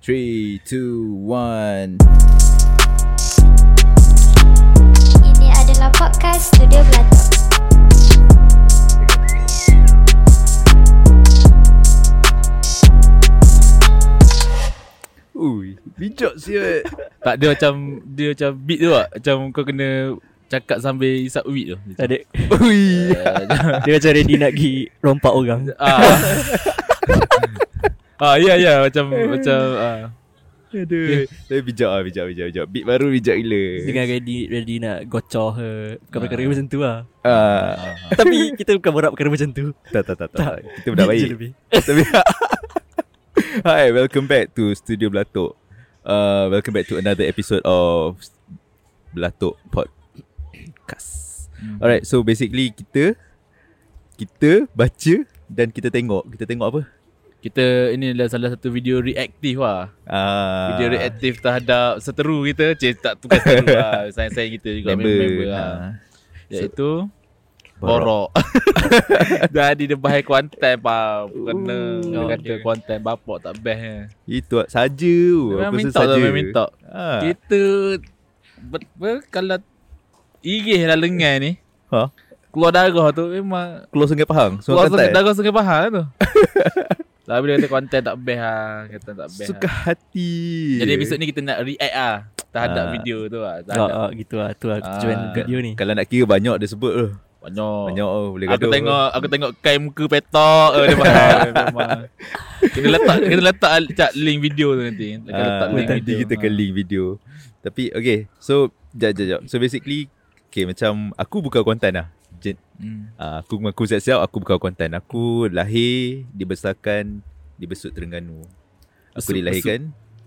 Three, two, one. Ini adalah podcast Studio Belantara. Ui, bijak siut. Tak dia macam Dia macam beat tu tak Macam kau kena Cakap sambil isap weed tu Tak ada Ui. Dia macam ready nak pergi Rompak orang Ah Ah ya ya macam macam ah. Aduh. Tapi bijak ah, bijak, bijak, bijak. Beat baru bijak gila. Dengan ready Ready nak gocor ke Perkara-perkara macam tu lah Ah, Tapi kita bukan borak perkara macam tu tak, tak, tak, tak. Tak. Kita budak Beat je baik. lebih. Tapi Hi, welcome back to Studio Belatok. Uh, welcome back to another episode of Belatok Podcast. Hmm. Alright, so basically kita kita baca dan kita tengok. Kita tengok apa? Kita ini adalah salah satu video reaktif lah Ah, Video reaktif terhadap seteru kita Cik tak bukan seteru lah Sayang-sayang kita juga member. member lah Ah. Iaitu Borok. Borok Jadi dia bahaya konten pa Kena Dia kata konten bapak tak best eh. Itu saja. Memang Apa minta saja. tu Memang minta Ah. Kita ber, ber, Kalau Irih lah lengan ni Ha? Keluar darah tu Memang Keluar sungai Pahang. Sungai Keluar sungai, Pantai. darah sungai pahal lah tu Tapi dia kata konten tak best lah Kata tak best Suka lah. hati. Jadi episod ni kita nak react lah Terhadap Ah. video tu lah Ah, Terhadap ah, Gitu lah Tu lah tujuan Ah. video ni Kalau nak kira banyak dia sebut lah. Banyak Banyak oh, boleh Aku gaduh. tengok Aku tengok kain muka petok eh, Dia mahal memang. Kena letak Kena letak cak link video tu nanti Kena Ah, letak link nanti video kita ke Ah. link video. Tapi okay, so jap jap jap. So basically okay macam aku buka konten lah. Jen, Hmm. uh, aku mengaku siap-siap aku buka konten. Aku lahir dibesarkan di Besut Terengganu. Aku Besut, dilahirkan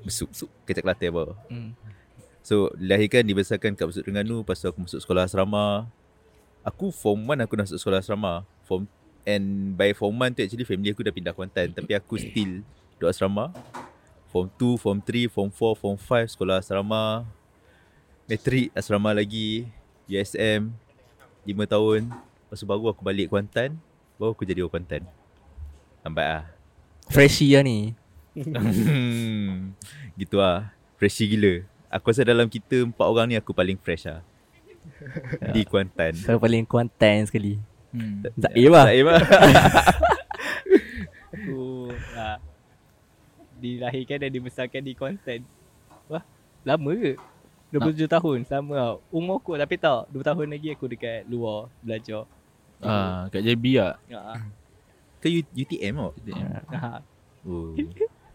Besut, Besut. Kecak Kelantan apa. Hmm. So dilahirkan dibesarkan kat Besut Terengganu, lepas tu aku masuk sekolah asrama. Aku form 1 aku dah masuk sekolah asrama. Form and by form 1 tu actually family aku dah pindah Kuantan tapi aku still duduk asrama. Form 2, form 3, form 4, form 5 sekolah asrama. Metrik asrama lagi, USM 5 tahun. Lepas tu baru aku balik Kuantan, baru aku jadi orang Kuantan. Nampak ah. Freshy lah ni Hmm. gitu lah Freshy gila Aku rasa dalam kita empat orang ni aku paling fresh lah Di Kuantan Kalau paling Kuantan sekali Hmm. Zaim lah Zaim lah aku uh, dilahirkan dan dibesarkan di Kuantan. Wah, lama ke? 27 tahun, sama tau. Umur aku tapi tak, 2 tahun lagi aku dekat luar belajar. Ah, kat JB lah. Kau Ha. U- UTM tau Ha. oh.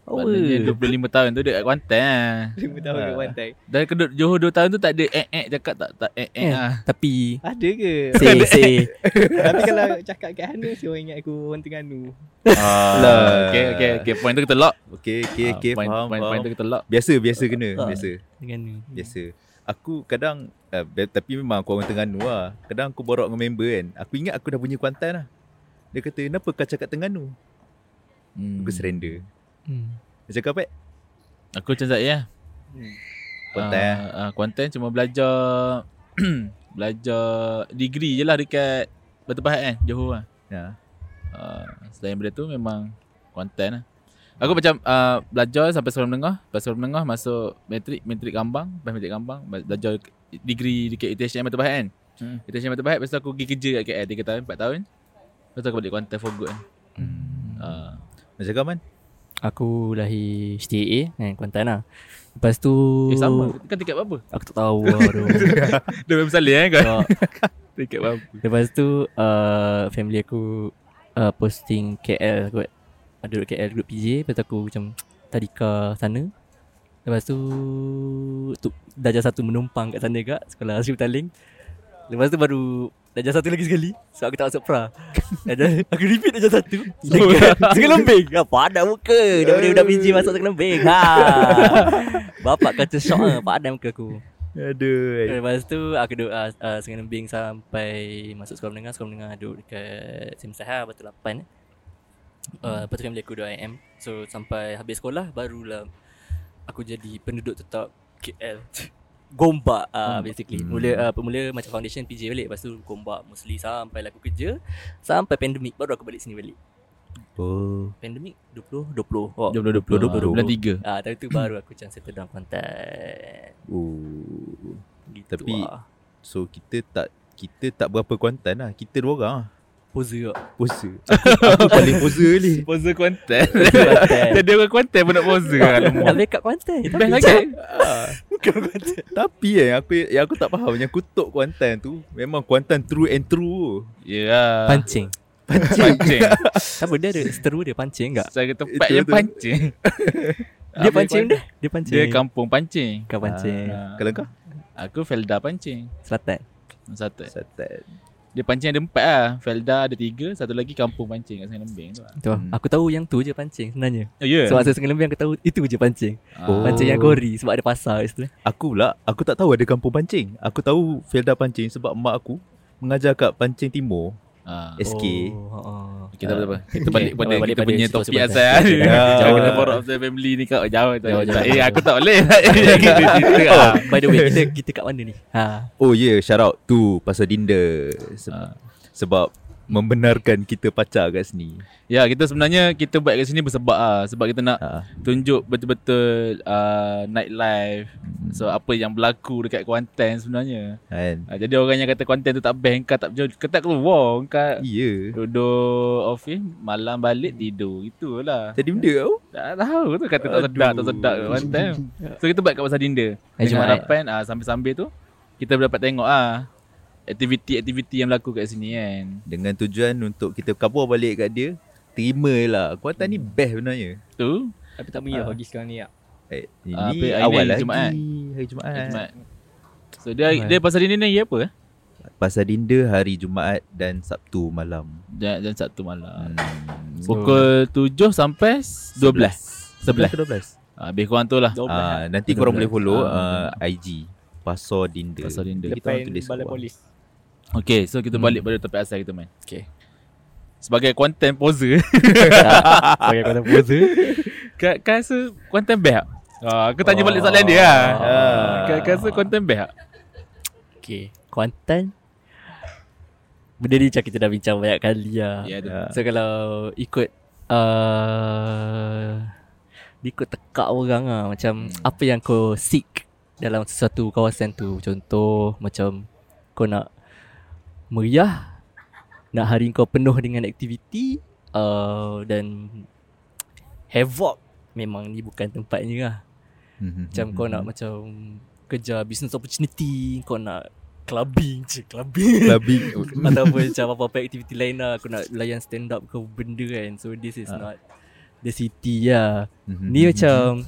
Oh, Maknanya 25 tahun tu dia kat Kuantan lah. 5 tahun kat Kuantan. Dan kedut Johor 2 tahun tu tak ada eh-eh cakap tak tak eh-eh Eh, lah. Tapi Ada ke? Say say tapi kalau cakap kat Hana, si orang ingat aku orang Terengganu. Ah. Lah. Okay, okay, okay. Point tu kita lock. Okay okay okay point, faham, point, faham. point tu kita lock. Biasa biasa kena Ah. Biasa Dengan ni biasa Aku kadang uh, Tapi memang aku orang Tengganu lah Kadang aku borok dengan member kan Aku ingat aku dah punya Kuantan lah Dia kata kenapa kau cakap Tengganu Hmm. Aku surrender Hmm. Dia cakap apa? Aku macam Zat ya. Kuantan lah Ah, ah, Kuantan cuma belajar belajar degree je lah dekat Batu Pahat kan, Johor lah. Ya. Ah, selain benda tu memang Kuantan lah. Aku macam ah, belajar sampai sekolah menengah, lepas sekolah menengah masuk metrik, metrik Gambang, lepas metrik Gambang belajar degree dekat UTHM Batu Pahat kan. Hmm. Internship mata baik Lepas tu aku pergi kerja kat KL 3 tahun 4 tahun Lepas tu aku balik Kuantan for good kan Hmm. uh, Dia cakap man Aku lahir STA Dengan Kuantan lah Lepas tu Eh Oh. sama Kau tiket apa? Aku tak tahu lah aduh. Dia memang salih kan kau Tak. Tiket apa? Lepas tu uh, Family aku uh, Posting KL kot Ada duduk KL Duduk PJ Lepas tu aku macam Tadika sana Lepas tu, tu Darjah satu menumpang kat sana juga Sekolah Sri Petaling Lepas tu baru Darjah satu lagi sekali Sebab aku tak masuk pra darjah, Aku repeat darjah satu Dekat Sekelembing ha, Padan muka Daripada budak PJ masuk sekelembing ha. Bapak kata syok lah Padan muka aku Aduh Eh, Lepas tu aku duduk uh, uh, Sungai Lembing sampai masuk sekolah menengah Sekolah menengah duduk dekat Sim Sahar Batu Lapan eh. uh, Hmm. Lepas tu family aku duduk IM So sampai habis sekolah barulah Aku jadi penduduk tetap KL Gombak uh, basically Hmm. Mula uh, pemula macam foundation PJ balik Lepas tu Gombak Musli sampai aku kerja Sampai pandemik baru aku balik sini balik Oh. Pandemik 2020 oh. 2020 2020. Bulan 3 Hmm. Ah, Tapi tu baru aku macam settle down konten Oh. gitu Tapi- lah. So kita tak kita tak berapa kuantan lah. Kita dua orang lah. Poser lah Poser. Aku, aku paling poser ni. Sponsor konten Konten Dia orang konten pun nak poser Nak backup konten Best lagi Tapi eh, aku yang aku tak faham yang kutuk kuantan tu memang kuantan true and true. Ya Pancing Pancing Apa dia ada Seteru dia pancing enggak? Secara tepatnya Itu- itu. pancing Dia Habis pancing kuantan. dah Dia pancing Hmm, Dia kampung pancing Kau pancing Ah. Kalau kau Aku Felda pancing Selatan Satu Satan. Dia pancing ada empat lah Felda ada tiga Satu lagi kampung pancing Kat Sungai Lembing tu lah Tu lah. Hmm. Aku tahu yang tu je pancing sebenarnya Oh ya Sebab saya Sungai Lembing aku tahu Itu je pancing Oh. Pancing yang gori Sebab ada pasar kat situ Aku pula aku tak tahu ada kampung pancing. Aku tahu Felda pancing sebab mak aku mengajar kat Pancing Timur Ah. SK. Oh, ha, ha. Kita apa apa. Okay. Kita balik pada Balik kita pada punya situasi topik pasal. asal. Okay, dah. Jangan Jauh kena lah. borok pasal family ni kau jauh tak Jauh, jauh. jauh. Eh aku tak boleh. Kita cerita ah. By the way kita kita kat mana ni? Ha. Oh yeah, shout out tu pasal Dinda Se- Ah. sebab membenarkan kita pacar kat sini. Ya kita sebenarnya kita buat kat sini bersebab ah sebab kita nak Ha. tunjuk betul-betul ah, nightlife. So apa yang berlaku dekat Kuantan sebenarnya. Kan? Ah, jadi orang yang kata Kuantan tu tak best kau tak jauh kau tak keluar kau Ya. duduk office malam balik tidur itulah. Jadi benda kau. Tak tahu tu kata tak Aduh. sedap tak sedap kat Kuantan. So kita buat kat pasar dinda. Eh, Dengan Jumaat. harapan ah sambil-sambil tu kita dapat tengok ah aktiviti-aktiviti yang berlaku kat sini kan. Dengan tujuan untuk kita kabur balik kat dia Terima lah Kuantan Hmm. ni best sebenarnya Tu Tapi tak mengirau bagi sekarang ni lah. eh, Ini Ah, apa- hari awal ni lagi Jumaat. Hari Jumaat, Jumaat. So dia dia pasar dinda ni hari apa eh? Pasar dinda hari Jumaat dan Sabtu malam Dan, dan Sabtu malam. hmm. Pukul 7 sampai 12. 11 11. ke 12 Ah, habis kurang tu lah. Dua belas ah, lah. Nanti korang 12. boleh follow Ah, ah, IG Pasar Dinda Pasar Dinda. Kita orang Depan tulis balai bawah. polis. Okay, so kita balik pada topik asal kita main. Okay. Sebagai content poser, Sebagai kata poser. kau kau rasa content best tak? Ah, aku tanya balik soalan dia lah. Ah. Kau kau rasa content best tak? Okay Kuantan Benda ni macam kita dah bincang banyak kali lah Ya, tu. Ah. So kalau ikut uh, Ikut tekak orang lah Macam hmm. apa yang kau seek Dalam sesuatu kawasan tu Contoh macam Kau nak meriah Nak hari kau penuh dengan aktiviti uh, Dan Havoc Memang ni bukan tempatnya lah Mhm. Macam kau nak macam Kejar business opportunity Kau nak clubbing je Clubbing Clubbing Ataupun macam apa-apa aktiviti lain lah Aku nak layan stand up ke benda kan So this is Ah. not the city lah Mhm. Ni macam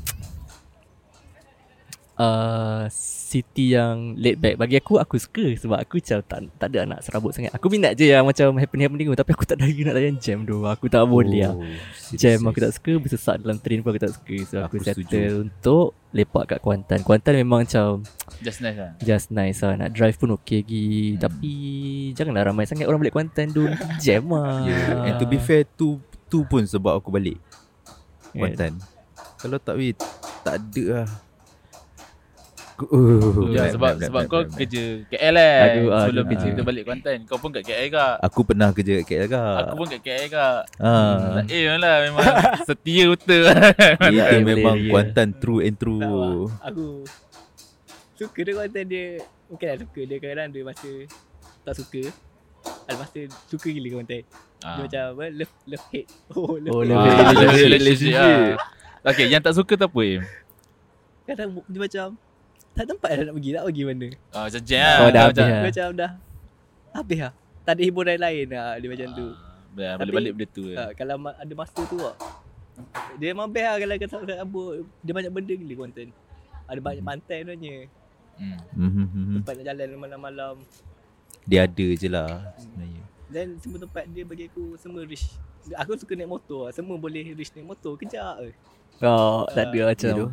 uh, City yang laid back Bagi aku, aku suka Sebab aku macam tak, tak ada anak serabut sangat Aku minat je yang macam happen-happening tu Tapi aku tak ada nak layan jam tu Aku tak boleh lah ah. Oh, serious, Jam aku tak serious. suka Bersesak dalam train pun aku tak suka So aku, Aku settle setuju. untuk Lepak kat Kuantan Kuantan memang macam Just nice lah. Just nice lah Nak drive pun okay lagi hmm. Tapi Janganlah ramai sangat orang balik Kuantan tu Nanti Jam lah Yeah. And to Ah. be fair tu tu pun sebab aku balik Kuantan. Kalau tak weh tak ada lah. Ku- Oh, Ya penat, sebab penat, sebab penat, kau penat, penat. kerja KL eh. Aku, ah, Sebelum aku- kerja ah. kita balik Kuantan, kau pun kat KL kak. Aku pernah kerja kat KL kak. Aku pun kat KL kak. ha. Tak eh lah memang setia betul. Dia Boleh, memang boleh, ya. Kuantan true and true. Tak lah. Aku suka dia konten dia. Bukan tak suka. Dia kadang-kadang dia masa tak suka. Ada masa suka gila konten. Ah. Dia macam apa? Love, love hate. Oh, Oh, love hate. love Ah, Relationship, relationship, relationship. ah. Okay, yang tak suka tu apa Im? Kadang bu- dia macam tak ada tempat dah nak pergi. Nak pergi mana? Ah, macam jam lah. Oh, dah macam, habis Dia Ah. macam dah habis lah. Tak ada hiburan lain lah. Dia macam tu. Ah, Dah, Tapi- balik-balik benda tu lah. Ah. Ha, kalau ma- ada masa tu lah. Dia memang best lah kalau kata tak sabut. Dia banyak benda gila konten. Ada banyak pantai sebenarnya. hmm. Mhm, mhm. Tempat nak jalan malam-malam. Dia ada je lah sebenarnya. Dan semua tempat dia bagi aku semua rich. Aku suka naik motor lah. Semua boleh rich naik motor. Kejap eh. je. oh, Ah, Tak ada macam Gitu.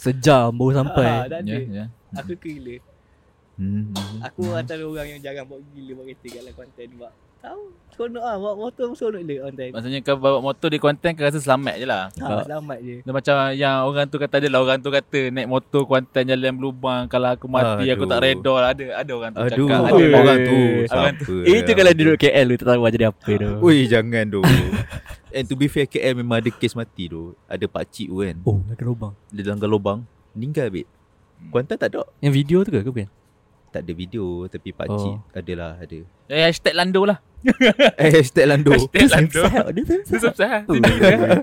Sejam baru sampai Ah, Ha, tak ada. Ya, ya. Aku suka gila. Mhm, mhm. Hmm. Aku antara orang yang jarang buat gila buat kereta kat dalam konten sebab tak Tahu Seronok lah Bawa motor pun seronok dia on time Maksudnya kau bawa motor di konten kau rasa selamat je lah. Ah. Ha selamat je Dia macam yang orang tu kata dia lah orang tu kata naik motor Kuantan jalan berlubang kalau aku mati aku tak Aduh. reda lah ada ada orang tu Aduh, cakap lah. Oi. ada orang tu Orang siapa Eh, Itu lah. kalau duduk KL tu tak tahu lah jadi apa tu. Ui, jangan tu. And to be fair, KL memang ada kes mati tu. Ada pakcik tu kan. Oh, nak lubang. Dia langgar lubang. Meninggal, babe. Kuantan tak ada. Yang video tu ke ke bukan? Tak ada video. Tapi pakcik Oh. adalah ada. eh hashtag lando lah Eh, lah, hashtag Lando. hashtag lando Sahab dia tu. tu susah eh. Tu,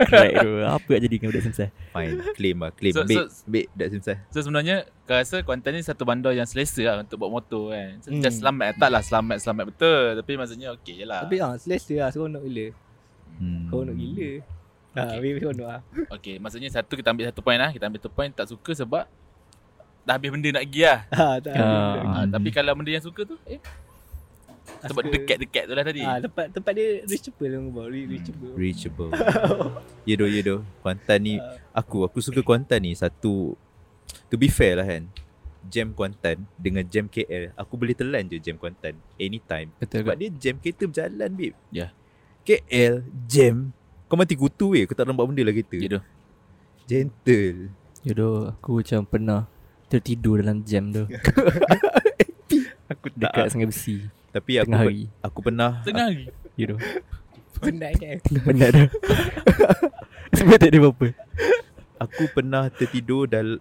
Crack tu. Apa nak jadi dengan budak semsah? Fine. Claim lah. Claim. So- So, so- babe. babe, tak simsah. so sebenarnya kau rasa Kuantan ni satu bandar yang selesa lah untuk bawa motor kan so, Hmm. just selamat tak lah selamat selamat betul tapi maksudnya okey je lah Tapi ha Selesa lah Seronok gila Hmm. Seronok gila Ha Okay. Habis seronok lah okey maksudnya satu kita ambil satu point lah kita ambil satu point tak suka sebab dah habis benda nak pergi lah Ha tak Ah. ada. Ah, Hmm. tapi kalau benda yang suka tu eh sebab Suka. dekat-dekat tu lah tadi Ah tempat tempat dia reachable lah kau Hmm. reachable. Reachable. ya doh, ya doh. Kuantan ni. Aku, aku suka Kuantan ni. Satu. To be fair lah kan. Jam Kuantan dengan jam KL. Aku boleh telan je jam Kuantan. Anytime. Betul Sebab dia jam kereta berjalan babe Ya. KL Jam Kau mati kutu weh Kau tak nampak benda lah kereta Ya doh. Gentle Jodoh aku macam pernah tertidur dalam jam tu. aku dekat Sungai Besi Tapi aku tengah pe- hari. aku pernah tengah hari Jodoh. Penat kan. Penat dah. Sebab tak ada apa-apa. aku pernah tertidur dal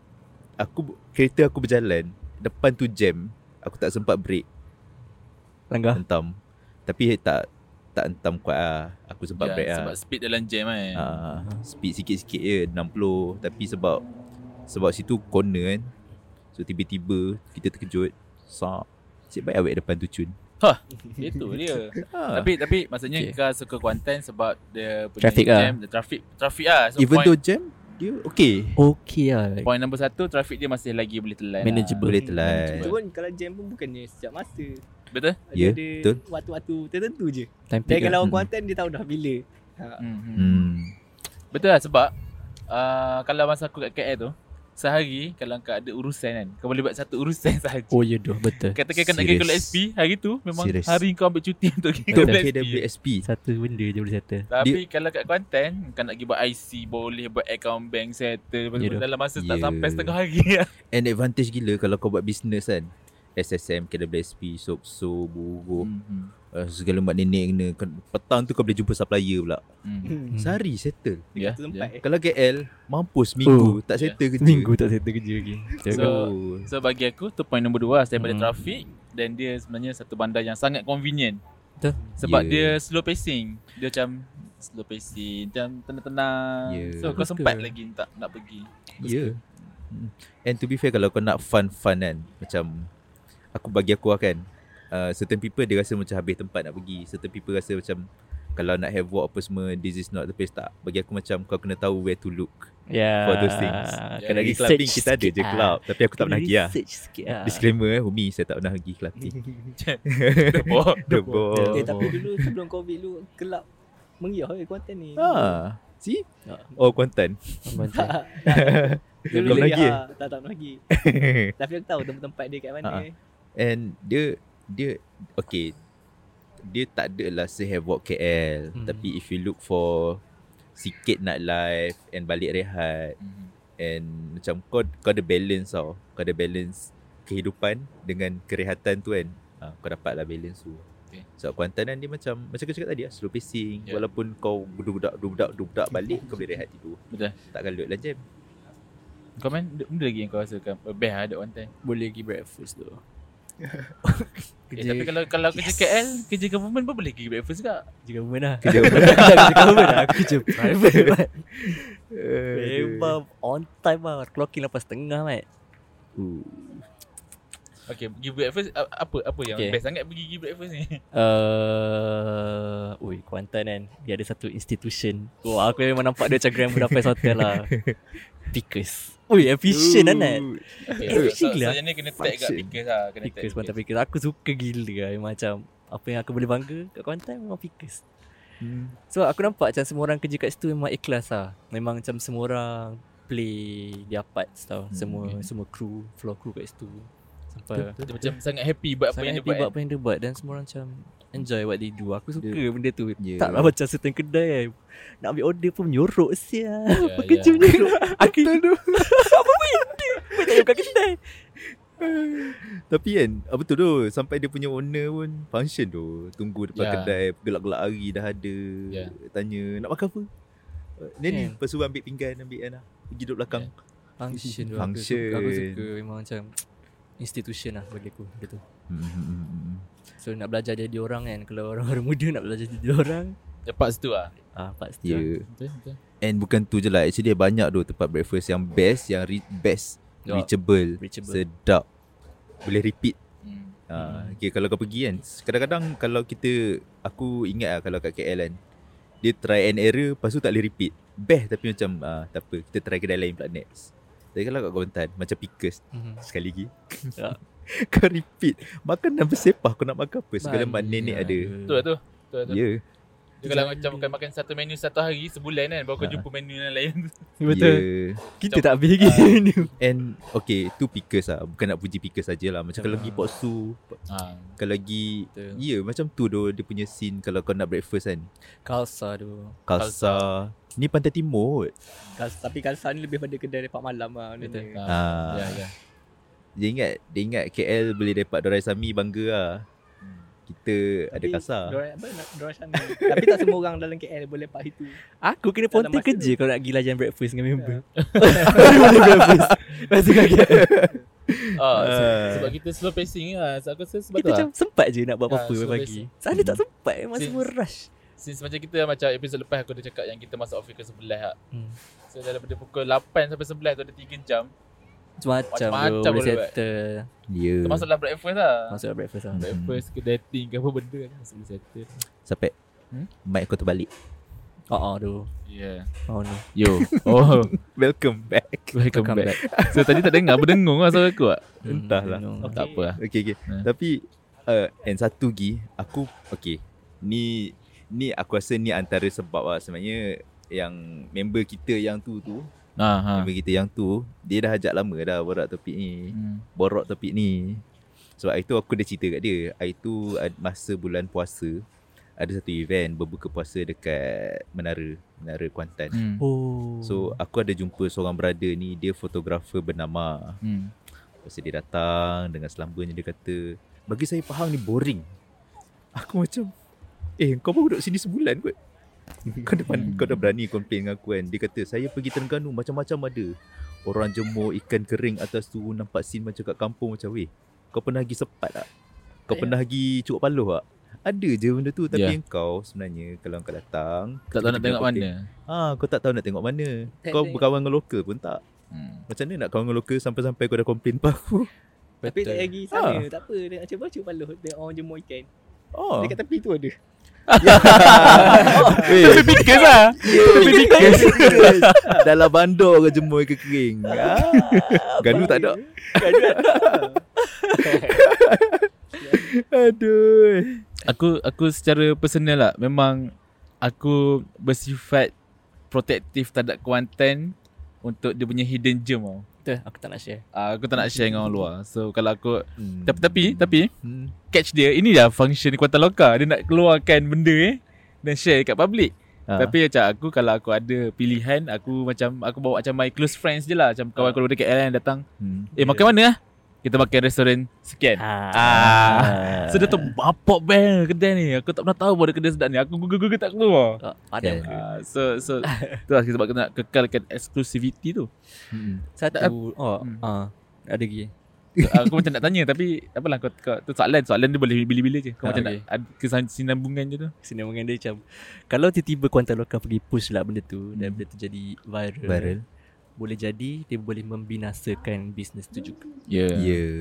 aku kereta aku berjalan depan tu jam aku tak sempat break Langgar. hentam tapi tak tak hentam kuat lah aku sempat Ya, break lah sebab speed dalam jam kan Ah, speed sikit-sikit je 60 tapi sebab sebab situ corner kan. So tiba-tiba kita terkejut. Sak. Cik baik awet depan tu cun. Itu dia. Ah. Tapi tapi maksudnya Okay. okay. kau suka Kuantan sebab dia punya Traffic lah. jam, lah. traffic traffic lah. So even point, though jam dia okay. Okey lah. like, point number satu traffic dia masih lagi boleh telan. lah. Manageable. Boleh telan. Cuma kalau jam pun bukannya setiap masa. Lah. Betul? Ya, Dia ada betul. waktu-waktu tertentu je. Time Dan pick kalau lah. orang Hmm. Kuantan dia tahu dah bila. Ah, Hmm. hmm. Hmm. Betul lah sebab uh, kalau masa aku kat KL tu sehari kalau kau ada urusan kan kau boleh buat satu urusan sahaja. Oh jodoh betul. Katakan kau nak pergi Serious. Kuala SP Hari tu memang Serious. hari kau ambil cuti untuk pergi Betul Kuala SP KWSP. Satu benda je boleh settle. Tapi kalau kat Kuantan Kau nak pergi buat IC Boleh buat account bank Settle Ya, Dalam masa Ya. tak sampai setengah hari lah. And advantage gila kalau kau buat business kan. SSM, KWSP, Sopso, Buruh, hmm. Hmm, uh, segala mak nenek kena. Kau- Petang tu kau boleh jumpa supplier pula. hmm, hmm. Hmm. Hmm. Sehari settle. Ya, Dekat tu tempat. eh. Kalau KL, mampus minggu. tak Yeah. settle kerja. Minggu tak settle kerja lagi. So, So, So bagi aku tu point nombor dua lah, Selain daripada Hmm. traffic Dan dia sebenarnya satu bandar yang sangat convenient Betul. Sebab Yeah. yeah. dia slow pacing Dia macam slow pacing Macam tenang-tenang Yeah. yeah. So kau Betul. sempat lagi tak nak pergi Ya. Yeah. And to be fair kalau kau nak fun-fun kan macam aku bagi aku lah kan uh, certain people dia rasa macam habis tempat nak pergi. Certain people rasa macam kalau nak have walk apa semua this is not the place tak. Bagi aku macam kau kena tahu where to look. yeah. for those things. Kena pergi Kena Ya. research clubbing kita ada sikit je ah. club tapi aku tak Kena pernah pergi lah. Research sikit lah. Disclaimer eh Umi saya tak pernah pergi clubbing. Debor The ball. Eh tapi dulu sebelum Covid dulu kelab meriah eh Kuantan ni. Ha. See? Ya. Oh Kuantan. Bantai. Dulu Belum lagi ah, tak tak belum lagi. Tapi aku tahu tempat-tempat dia kat mana. Ah, And dia dia okay dia tak ada lah sehavoc KL Hmm. hmm. tapi if you look for sikit nak live and balik rehat Hmm. and macam kau kau ada balance tau kau ada balance kehidupan dengan kerehatan tu kan ha, kau dapat lah balance tu Okay. so Kuantan kan dia macam macam kau cakap tadi lah slow pacing Yeah. yeah. walaupun kau budak-budak budak budak balik kau boleh rehat tidur Betul. tak kalut lah jam Kau main ada benda lagi yang kau rasakan eh, Best lah ada one time Boleh pergi breakfast tu. eh, Tapi kalau kalau yes. kerja KL Kerja government pun boleh pergi breakfast juga Kerja government lah Kerja government Aku kerja government lah Aku kerja private Mat Memang on time lah Clocking 8.30 Mat Ooh. Okay pergi breakfast a- Apa apa yang Okay. okay. best sangat pergi pergi breakfast ni uh, Ui Kuantan kan Dia ada satu institution Wah aku memang nampak dia macam Grand Budapest Hotel lah Pickers Ui efficient lah Nat okay, Efficient so, so, gila. Saya ni kena tag kat Function. Pickers lah Kena tag Pickers Kuantan Pickers Aku suka gila lah Memang macam Apa yang aku boleh bangga Kat Kuantan memang Pickers Hmm. So aku nampak macam semua orang kerja kat situ memang ikhlas lah. Memang macam semua orang play their parts tau. Hmm, Semua okay. semua crew, floor crew kat situ. Sampai Dia macam sangat happy buat apa Sangat yang dia happy buat buat. eh. apa yang dia buat Dan semua orang macam Enjoy what they do Aku suka Dia- benda tu Yeah. Tak lah macam certain kedai kan. Nak ambil order pun menyorok sial Ya, Apa kerja ya. menyorok Aku tu Apa benda Kau tak buka kedai Tapi kan ah, Betul tu Sampai dia punya owner pun Function tu Tunggu depan Ya. yeah. kedai Gelap-gelap hari dah ada Ya. Hmm. yeah. Tanya Nak makan apa Eh, Ni ni Kan. Lepas tu ambil pinggan Ambil kan lah Pergi duduk Ya. belakang Function tu Function. aku, suka, aku suka Memang macam Institution lah bagi aku Benda tu Hmm, hmm, hmm, hmm. So nak belajar jadi orang kan Kalau orang-orang muda nak belajar jadi orang Dapat situ lah. Ah pasti Ya yeah. Betul, betul. And bukan tu je lah Actually banyak tu tempat breakfast Yang best Yang re- best Ya. reachable, Reachable. Sedap Bollah repeat Hmm. Ha, okay, kalau kau pergi kan Kadang-kadang kalau kita Aku ingat lah kalau kat KL kan Dia try and error Lepas tu tak boleh repeat Best tapi macam ah, Tak apa Kita try kedai lain pula next Tapi kalau kat Kuantan Macam pickers Mhm. Sekali lagi Ya. Kau repeat Makan dan bersepah Kau nak makan apa Sekali mak nenek Ya. ada Betul lah tu. Betul Ya lah tu. yeah. Dia kalau macam bukan makan satu menu satu hari sebulan kan baru kau Ha. jumpa menu yang lain. Ya. Betul yeah. Kita tak habis lagi ni And Okay tu pickers lah Bukan nak puji pickers sajalah Macam kalau pergi Potsu Ha. Kalau pergi Betul. Ya yeah, macam tu doh Dia punya scene Kalau kau nak breakfast kan Kalsa tu Kalsa Ni Pantai Timur Kas, Tapi Kalsa ni lebih pada kedai lepak malam lah benda Betul. ni. Ha. Ah. Ya, ya. Dia ingat Dia ingat KL boleh dapat Dorai Sami bangga lah Kita ada Tapi kasar dorang- apa, nak- dorang sana. Tapi tak semua orang dalam KL boleh lepak itu Aku kena Dalam ponting masa kerja kalau nak gila jangan breakfast dengan member. Ya. Aku baru boleh breakfast. Lepas tu kaki Ah, se- Ah. sebab kita slow pacing lah. So, aku rasa sebab kita tu lah. macam sempat je nak buat Ya, apa-apa so pagi. Sana tak sempat eh, memang Si- semua rush. Since macam kita macam episod lepas aku dah cakap yang kita masuk office ke sebelah lah. Hmm. So daripada pukul 8 sampai sebelah tu ada 3 jam. Macam-macam Macam-macam bro, boleh boleh buat. settle. Ya yeah. Termasuklah breakfast lah. Masuk breakfast Hmm. lah. Breakfast ke dating ke apa benda kan sebelum settle. Sampai Hmm? Mic kau terbalik Oh, oh, tu. Ya. Yeah. Oh, no. Yo. Oh, Welcome back welcome back. So tadi tak dengar berdengung lah suara aku ah. Hmm, Entahlah. no. Okay. Tak apa lah. Okay okay Ha. Tapi uh, And satu lagi Aku Okay Ni Ni aku rasa ni antara sebab lah Sebenarnya Yang Member kita yang tu tu Ah, ha. Member kita yang tu Dia dah ajak lama dah Borak topik ni Hmm. Borak topik ni Sebab hari tu aku dah cerita kat dia Hari tu ad- Masa bulan puasa Ada satu event Berbuka puasa dekat Menara Menara Kuantan Hmm. Oh. So aku ada jumpa seorang brother ni Dia fotografer bernama Hmm. Lepas tu dia datang dengan selambanya dia kata Bagi saya Pahang ni boring Aku macam Eh kau baru duduk sini sebulan kot kau depan Hmm. kau dah berani complain dengan aku kan Dia kata saya pergi Terengganu macam-macam ada Orang jemur ikan kering atas tu Nampak scene macam kat kampung macam Weh kau pernah pergi sepat tak? Kau Tak pernah pergi cukup paloh tak? Ada je benda tu Tapi Ya. yeah. kau sebenarnya Kalau kau datang Tak tahu nak tiba-tiba tengok kau mana. Ah, Kau tak tahu nak tengok mana Tak Kau ada- berkawan dengan lokal pun tak Hmm. Macam mana nak kawan dengan lokal Sampai-sampai kau dah complain pada aku Tapi Betul. tak lagi sana Ah. Tak apa Dia macam baju paluh Dia orang jemur ikan oh. Dia kat tepi tu ada Tapi pickers lah Tapi pickers Dalam bandar ke jemur ke kering Ah, Galu tak ada Aduh Aku aku secara personal lah memang aku bersifat protektif terhadap Kuantan untuk dia punya hidden gem tau. Betul, aku tak nak share. Uh, aku tak nak share dengan orang luar. So kalau aku Hmm. tapi tapi, tapi Hmm. catch dia ini dah function Kuantan Loka dia nak keluarkan benda eh dan share dekat public. Ah. Tapi macam aku kalau aku ada pilihan aku macam aku bawa macam my close friends je lah macam kawan Ah. kawan dekat KL yang datang. Hmm. Eh makan mana ah? Kita makan restoran sekian. Ah. So dia tu bapak bel kedai ni. Aku tak pernah tahu pun ada kedai sedap ni. Aku google-google tak keluar. Ah, Ada. Yeah. Ah, so so tu lah sebab kita nak kekalkan exclusivity tu. Hmm. Satu. Oh, Hmm. ah. Ada lagi. So, aku macam nak tanya tapi apalah kau, kau tu soalan soalan dia boleh bila-bila je. Ah, Kau macam okay. nak ada kesinambungan je tu. Sini mengenai dia macam Kalau tiba-tiba Kuantan Lokal pergi push lah benda tu Dan benda tu jadi viral Viral. Boleh jadi Dia boleh membinasakan Bisnes tu juga Ya Ya. yeah.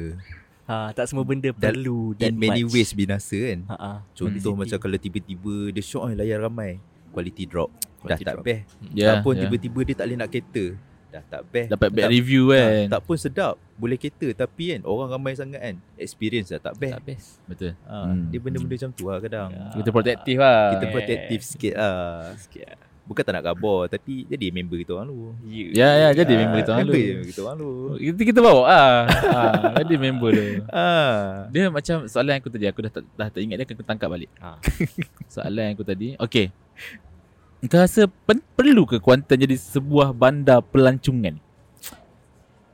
ha, Tak semua benda That- perlu That di many match. ways binasa kan ha, ha. Contoh Publicity. macam kalau tiba-tiba Dia show on layar ramai Quality drop Dah Quality tak drop. best Ya. Tak pun tiba-tiba dia tak boleh nak cater Dah tak best dapat bad tak, review kan. tak, tak pun sedap Boleh cater Tapi kan orang ramai sangat kan Experience dah tak best Tak best Betul. ha, Hmm. Dia benda-benda macam tu lah kadang Kita protektif lah. Kita Yeah. protektif sikit lah Sikit lah Bukan tak nak gabar Tapi jadi member kita orang dulu Ya ya jadi member kita orang Oh. Member Ah, dulu. je member kita orang dulu Kita kita bawa ah. ah jadi member dia. Ah, Dia macam soalan aku tadi aku dah tak, dah tak ingat dia akan aku tangkap balik. Ah. soalan aku tadi. Okey. Kau rasa pen, perlu ke Kuantan jadi sebuah bandar pelancongan?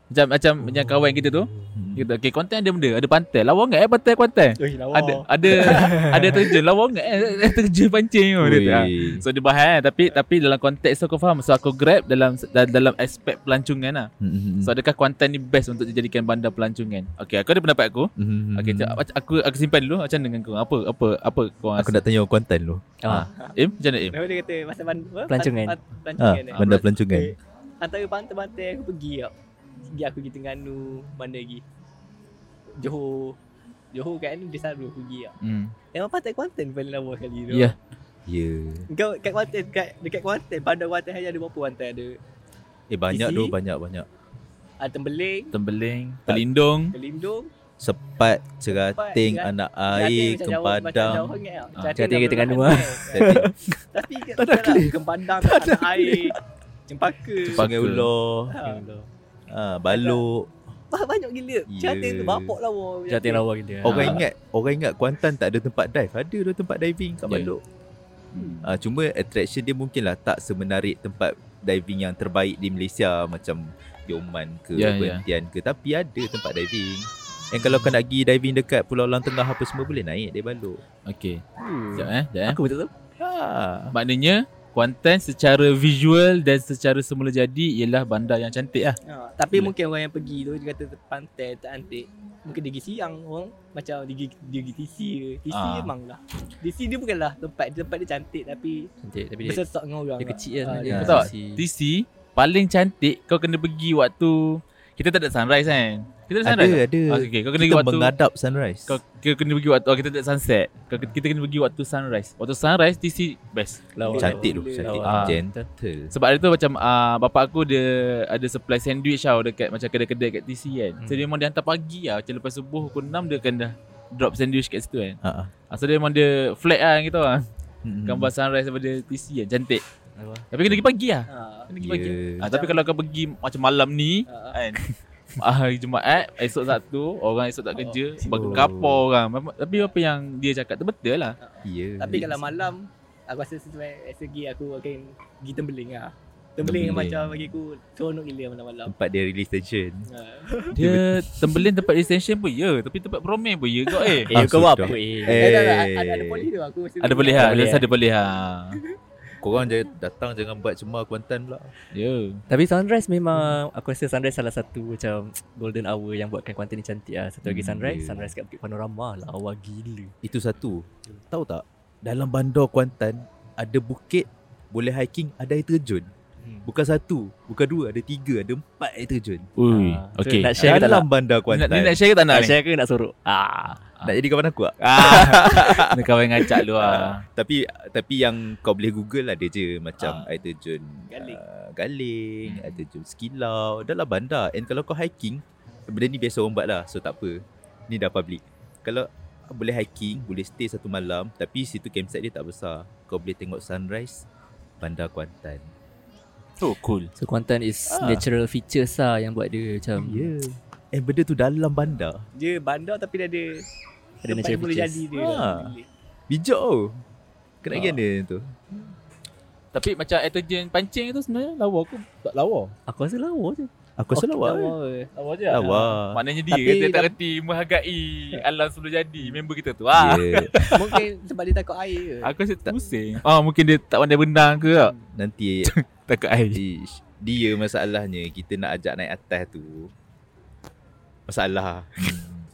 Macam macam macam kawan kita tu. Kita okey Kuantan ada benda, ada pantai. Lawa enggak eh pantai Kuantan? Ui, lawa. Ada ada ada terjun. Lawa enggak eh terjun pancing tu dia. tu. Ah. Ui. So dia bahan tapi tapi dalam konteks tu aku faham. So aku grab dalam da- dalam aspek pelancongan lah. Mm-mm. So adakah Kuantan ni best untuk dijadikan bandar pelancongan? Okey, aku ada pendapat aku. Mm-mm. Okey, cakap, aku aku simpan dulu macam mana dengan kau. Apa apa apa kau Hmm. Ha. Aku nak tanya orang Kuantan dulu Ah, Im, macam mana Im? Lepas tu dia kata masa ban- apa? Pelancongan. Pan- pan- ah, Pelancongan. eh. Bandar pelancongan Eh, Antara pantai-pantai aku pergi tau. Pergi aku pergi Terengganu, mana lagi? Johor. Johor kat ni dia selalu pergi tau. Hmm. Memang pantai Kuantan paling lama sekali tu. Ya. Ya Kau kat Kuantan, kat, dekat Kuantan, bandar Kuantan hanya ada berapa pantai ada? Eh banyak Isi? tu banyak banyak Ada Tembeling, Tembeling, pelindung. Kelindung, Sepat, cerating, Cerat- anak air, Kelantan macam jauh- macam jauh kempadang sangat tau. Ah, Kelantan Kelantan dah ke Terengganu berapa ah. pantai. Cerating Tapi kat Kuantan lah, Kempadang, anak air, Cempaka. Cempaka. Sungai Ular Ha. ah, Balok Bah, banyak gila. Ya. Cantik tu bapak lawa. Jatin lawa gila. Orang Ah. ingat Orang ingat Kuantan tak ada tempat dive Ada dah tempat diving kat Ya. Balok Ah, Cuma attraction dia mungkinlah Tak semenarik tempat diving yang terbaik di Malaysia Macam di Oman ke yeah, Ya, ya. Perhentian ke Tapi ada tempat diving And kalau kau nak pergi diving dekat Pulau Lang Tengah apa semua boleh naik dari Balok Okey. Hmm. Sekejap eh, sekejap eh. Aku betul tu. ha. Maknanya Kuantan secara visual dan secara semula jadi ialah bandar yang cantik lah. Hmm. Ha, tapi Boleh. mungkin orang yang pergi tu dia kata pantai tak cantik. Mungkin dia pergi siang orang macam dia pergi dia pergi TC ke. TC Ah. ha. memang lah. TC dia bukanlah tempat tempat dia cantik tapi Cantik tapi dia, bersesat dengan orang. dia lah. kecil lah Ah, sebenarnya. dia Betul tak? Si- TC paling cantik kau kena pergi waktu kita tak ada sunrise kan. Kita ada Ada sunrise. tak? ada Okey, okay. kau Kita kena pergi waktu mengadap sunrise kau, kau kena pergi waktu oh, kita tak sunset. Kau, kita kena pergi waktu sunrise. Waktu sunrise TC best. Lawa. Cantik tu Cantik Ah. lah, Gentle Sebab hari tu macam uh, bapak aku dia ada supply sandwich tau dekat macam kedai-kedai kat TC kan. Hmm. So Hmm. dia memang dia hantar pagi lah. Macam lepas subuh pukul 6 dia akan dah drop sandwich kat situ kan. Ha, ha. Ah, So dia memang dia flat lah gitu lah. Mm-mm. Gambar sunrise daripada TC kan. Cantik. Lawa. Tapi kena pergi pagi lah. Ha. Ya, Kena pergi pagi. Yeah. Ah, tapi kalau kau pergi macam malam ni Ah. kan. ah, hari Jumaat, esok Sabtu, orang esok tak kerja, Oh. bagi kapur orang. Memang- Tapi apa yang dia cakap tu betul lah. yeah. Tapi kalau malam aku rasa sesuai segi aku akan pergi tembeling lah. Tembeling, Tembeling. macam bagi aku seronok gila malam-malam. Tempat dia release tension Ha. Dia tembelin tempat extension pun ya, tapi tempat promen pun ya kau eh. Eh, kau buat sudah. apa Eh. eh? Eh, tak, tak, ada, ada poli tu aku mesti Ada boleh ha, Boleh, ada eh? ada boleh ha. Korang jangan datang Jangan buat cemar Kuantan pula Ya. Tapi sunrise memang aku rasa sunrise salah satu macam golden hour yang buatkan Kuantan ni cantik lah. Satu lagi Hmm, sunrise, ya. sunrise kat Bukit Panorama lah. Awal gila. Itu satu Tahu tak Dalam bandar Kuantan Ada bukit Boleh hiking Ada air terjun Hmm. Bukan satu Bukan dua Ada tiga Ada empat air terjun Ui, Ah, tu okey. Nak Nak, share ke tak nak? Dalam bandar Kuantan ni nak share ke tak nak Nak ni? share ke nak sorok? Ah. Nak jadi kawan aku tak? Ni kawan ngacak lu ah. Tapi tapi yang kau boleh google ada je Macam air terjun Galing. ah, Galing Ah. Hmm. Air terjun Sekilau Dalam bandar And kalau kau hiking Benda ni biasa orang buat lah So tak apa Ni dah public Kalau boleh hiking Boleh stay satu malam Tapi situ campsite dia tak besar Kau boleh tengok sunrise Bandar Kuantan Tu cool. So Kuantan is Ah. natural features lah yang buat dia macam Ya. Yeah. Eh benda tu dalam bandar. Dia bandar tapi dia ada Ada tempat natural dia boleh features. jadi dia. Ha. Gila. Bijak tau. Kena Ah. gana dia tu. Tapi macam atogen pancing tu sebenarnya lawa aku tak lawa. Aku rasa lawa je. Aku rasa Oh, lawak. eh. Lawa je. Lawa. Maknanya dia Tapi dia tak Hmm. dah- reti menghargai alam sebelum jadi member kita tu. Ah. Yeah. Mungkin sebab dia takut air ke. Aku rasa tak pusing. Hmm. Ah mungkin dia tak pandai benang ke tak? Nanti Takut air. ish, dia masalahnya kita nak ajak naik atas tu. Masalah.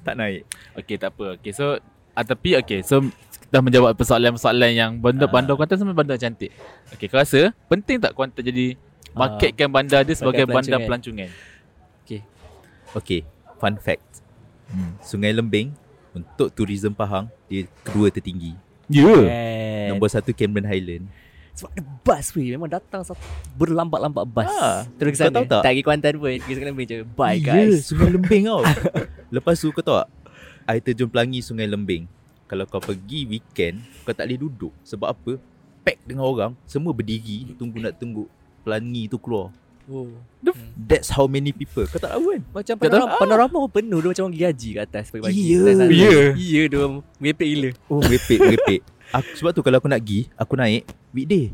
tak naik. Okey tak apa. Okey so ah, tapi okey so dah menjawab persoalan-persoalan yang bandar Ah. bandar Kuantan sampai bandar cantik. Okey kau rasa penting tak Kuantan jadi marketkan bandar dia Ah. sebagai Sebagai bandar pelancongan? pelancongan. Okay. Fun fact. Hmm. Sungai Lembing untuk tourism Pahang dia kedua tertinggi. Ya. Yeah. And Nombor satu Cameron Highland. Eh, Sebab ada bas weh Memang datang sat- berlambat-lambat bas Ah, ha, Terus ke kau sana tahu tak? Tak pergi Kuantan pun Pergi sana je Bye Ya, guys Sungai Lembing tau. Lepas tu kau tahu tak? Air terjun pelangi Sungai Lembing. Kalau kau pergi weekend, kau tak boleh duduk. Sebab apa? pack dengan orang Semua berdiri Tunggu nak tunggu Pelangi tu keluar Oh. That's how many people Kau tak tahu kan Macam Tak tahu. panorama, panorama pun penuh dia macam orang gaji kat atas pagi-pagi. Ya. Atas sana. Ya. Ya dia orang merepek gila. Oh merepek merepek aku, Sebab tu kalau aku nak pergi Aku naik Weekday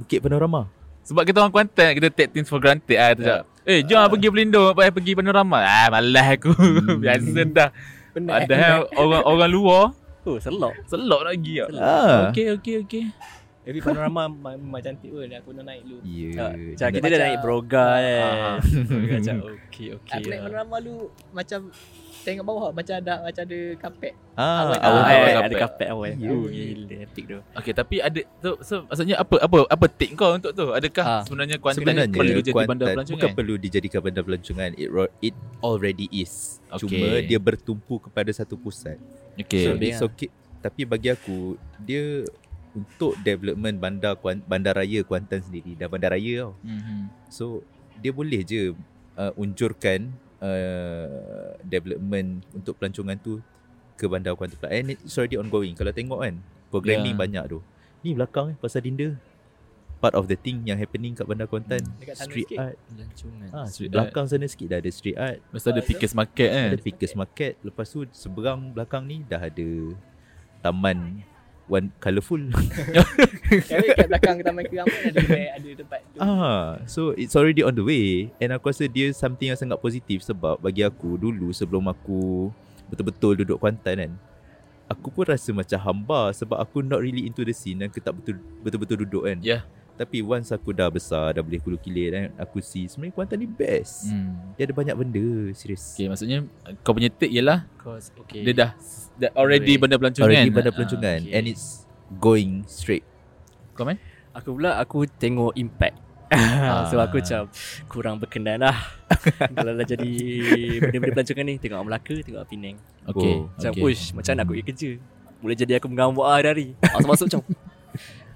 Bukit Panorama Sebab kita orang Kuantan Kita take things for granted lah yeah. Eh jom uh. pergi Pelindung Apa eh, pergi Panorama Ah malas aku Biasa dah Padahal orang orang luar Oh, selok. Selok nak pergi tau ah. Okay okay okay Tapi panorama ma- memang cantik pun Aku nak naik dulu Ya Ah, Macam kita dah Macam- naik broga Ah. eh. Broga macam okey okey. Aku naik lah. panorama dulu Macam Tengok bawah Macam ada Macam ada kapet ah, awal- Awal- Ah, awal eh, kapek. ada kapek awal. Ya. Oh, gila epic tu. Okay tapi ada so, so maksudnya apa apa apa take kau untuk tu Adakah Ah. sebenarnya Kuantan Sebenarnya perlu jadi Kuantan bandar Bukan pelancongan perlu dijadikan bandar pelancongan It, ro- it already is Okay. Cuma dia bertumpu kepada satu pusat So Okay Dia- it's okay Tapi bagi aku Dia Untuk development bandar Kuan- bandar raya Kuantan sendiri Dah bandar raya tau Mhm. So Dia boleh je uh, Unjurkan uh, Development Untuk pelancongan tu Ke bandar Kuantan pula And it's already ongoing Kalau tengok kan Programming Yeah. banyak tu Ni belakang eh Pasar Dinda Part of the thing Yang happening kat bandar Kuantan Dekat Hmm. sana Street sikit. art Lancongan. Ah, Street belakang sana sikit dah ada street art, Lepas tu ada Lepas tu- Pickers Market kan ada Pickers Market, lepas tu seberang belakang ni dah ada taman one colourful. Tapi kat belakang Taman Kerang pun ada, ada tempat tu ah, so it's already on the way and aku rasa dia something yang sangat positif sebab bagi aku dulu sebelum aku betul-betul duduk Kuantan kan. Aku pun rasa macam hamba sebab aku not really into the scene dan aku tak betul betul-betul duduk kan. Yeah. Tapi once aku dah besar, dah boleh kulu kilir dan aku see sebenarnya Kuantan ni best. Mm. Hmm. Dia ada banyak benda, serius. Okay maksudnya Kau punya take ialah Cause okay. Dia dah, dah Already Already bandar pelancongan Already bandar Ah, pelancongan okay. and it's going straight. Kau main Aku pula aku tengok impact So aku macam Kurang berkenan lah Kalau dah jadi Benda-benda pelancongan ni Tengok orang Melaka Tengok orang Penang Okay Oh, Macam okay. Hmm. okay. uish Macam mana aku pergi kerja Boleh jadi aku mengamuk lah hari-hari Masuk-masuk macam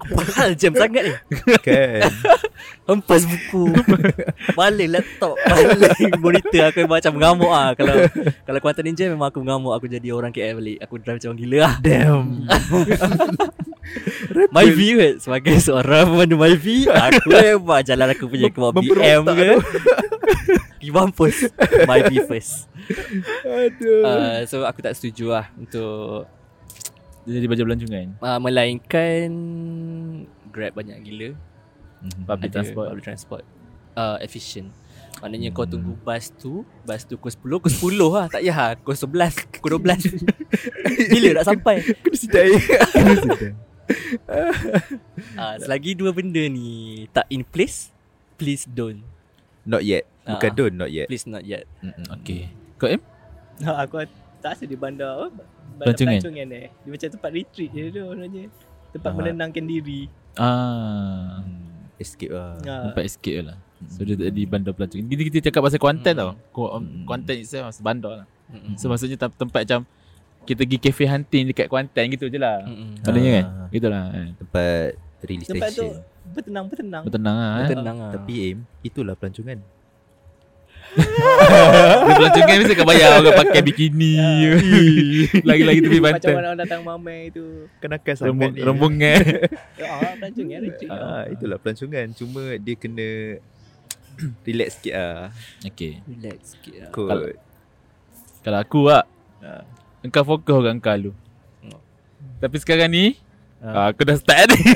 Apa hal jam sangat ni Kan Hempas buku Baling laptop Baling monitor Aku memang macam mengamuk lah Kalau Kalau Kuantan Ninja Memang aku mengamuk Aku jadi orang KL balik Aku drive macam orang gila lah Damn My V kan Sebagai seorang pemandu My V Aku memang jalan aku punya Ke bawa Memberontak BM ke Pergi mampus My V first Aduh uh, So aku tak setuju lah Untuk Dia jadi bandar pelancongan uh, Melainkan Grab banyak gila Public Ada transport Public transport uh, Efficient Maknanya kau tunggu bas tu Bas tu pukul 10 Pukul 10 lah Tak payah lah Pukul 11 Pukul 12 Bila nak sampai Kena sidai Kena sidai uh, Selagi dua benda ni Tak in place Please don't Not yet Bukan Ah. don't not yet Please not yet Mm-mm. Hmm, Okay Kau M no, Aku tak rasa di bandar apa? Bandar Pelancongan. pelancongan eh Dia macam tempat retreat je tu sebenarnya Tempat Ah. menenangkan diri Ah, Hmm, Escape lah Ah. Nampak escape je lah So dia jadi bandar pelancongan Kita, kita cakap pasal Kuantan Hmm. tau Ku- um, Hmm. Kuantan itself Masa bandar lah Mm-mm. So maksudnya tem- tempat macam Kita pergi cafe hunting Dekat Kuantan gitu je lah Mm-mm. Padanya kan Ah. Gitu lah kan Tempat Release Tempat tu station Bertenang-bertenang Bertenang lah eh. Tenang lah Tapi aim Itulah pelancongan Dia pelancongan mesti kau bayar Orang pakai bikini Lagi-lagi tepi Macam bantal orang datang mamai tu Kenakan Rembung- sangat ni. Rembungan Ya Allah pelancongan retreat ah. Ah, Itulah pelancongan Cuma dia kena Relax sikit lah Okay Relax sikit lah Kot Kalau aku lah Ah. Engkau fokus kat engkau lu Oh. Tapi sekarang ni Ah. Aku dah start ni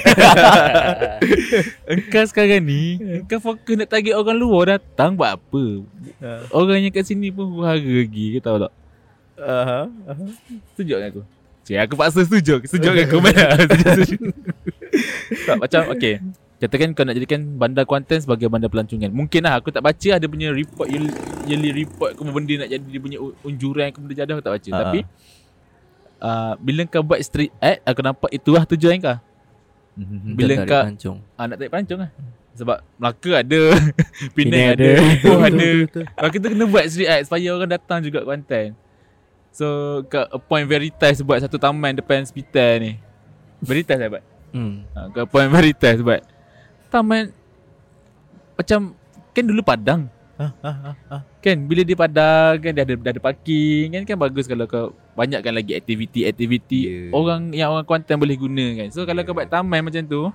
Engkau sekarang ni Engkau fokus nak target orang luar datang Buat apa Ah. Orang yang kat sini pun hara lagi Kau tahu tak Aha, aha. Setuju dengan aku Cik, aku paksa setuju Setuju dengan aku mana Setuju, setuju. tak, Macam okay Katakan kau nak jadikan bandar Kuantan sebagai bandar pelancongan Mungkin lah aku tak baca ada punya report yearly, yearly report ke apa benda nak jadi dia punya u- unjuran ke benda jadah aku tak baca Ah, Tapi uh, Bila kau buat street art aku nampak itulah tujuan kau Mhm. Bila Tarik kau- pancung. uh, Nak tarik pelancong lah Sebab Melaka ada Penang Penang ada ada. Poh ada betul. Maka kita kena buat street art Supaya orang datang juga Kuantan So Kau appoint Veritas Buat satu taman depan hospital ni Veritas lah buat Hmm. ha, Kau appoint Veritas buat Taman Macam Kan dulu Padang Ah, Kan bila dia padang kan dia ada dia ada parking kan kan bagus kalau kau banyakkan lagi aktiviti-aktiviti Ya. yeah. orang yang orang Kuantan boleh guna kan. So kalau Ya. kau buat taman macam tu,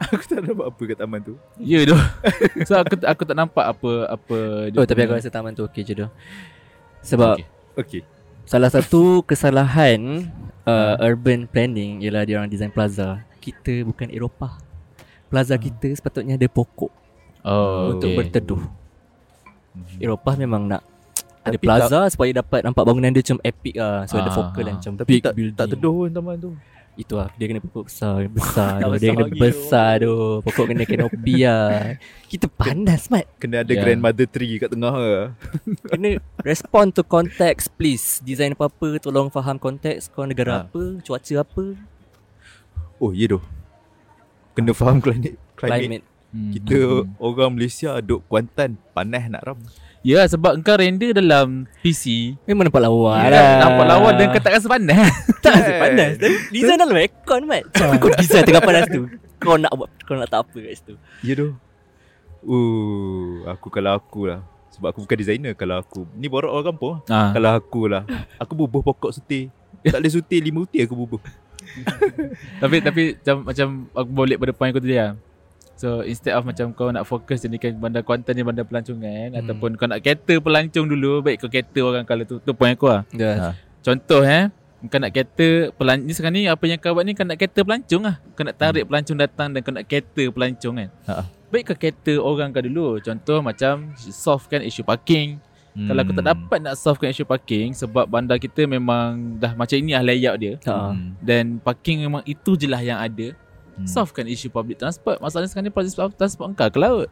Aku tak nampak apa kat taman tu ya doh. So aku aku tak nampak apa apa dia Oh tapi punya- aku rasa taman tu okey je dah Sebab Okey. Okay Salah satu kesalahan uh, urban planning ialah dia orang design plaza. Kita bukan Eropah. Plaza kita sepatutnya ada pokok oh, untuk okay. berteduh. Eropah memang nak ada Tapi plaza supaya dapat nampak bangunan dia macam epic lah. So ada Ah, focal dan ah. macam Tapi big tak, building. tak teduh pun taman tu Itu lah dia kena pokok besar, besar. tu. Tak Dia besar kena lagi tu. besar tu. Pokok kena canopy lah. Kita panas mat. Kena ada Ya. yeah. grandmother tree kat tengah lah. Kena respond to konteks please. Design apa-apa tolong faham konteks kau Ah. negara apa, cuaca apa, Oh ya doh Kena faham climate Climate, climate. climate. Hmm. Kita orang Malaysia duk Kuantan Panas nak ram Ya sebab kau render dalam PC Memang nampak lawa Alah. lah Ya, kan Nampak lawan dan kau tak rasa panas Tak asyik panas Tapi design dalam aircon mat Tapi kau design tengah panas tu Kau nak buat Kau nak tak apa kat situ Ya doh Uh, aku kalau aku lah Sebab aku bukan designer Kalau aku Ni borok orang kampung lah. ha. Ah. Kalau aku lah Aku bubuh pokok suti Tak boleh suti lima uti aku bubuh Tapi tapi macam, macam aku boleh pada point aku tadi lah So instead of macam kau nak fokus jadikan bandar Kuantan ni bandar Hmm. pelancongan hmm. Ataupun kau nak cater pelancong dulu Baik kau cater orang kalau tu Tu point aku lah Ya Contoh eh Kau nak cater pelan, ni Sekarang ni apa yang kau buat ni Kau nak cater pelancong lah Kau nak tarik pelancong datang Dan kau nak cater pelancong kan Ha. Baik kau cater orang kau dulu Contoh macam Solvekan isu parking hmm. Kalau kau tak dapat nak solvekan isu parking Sebab bandar kita memang Dah macam ini lah layout dia Ha. Hmm. Ah. dan parking memang itu je lah yang ada hmm. Solvekan isu public transport Masalahnya sekarang ni Public transport engkau ke laut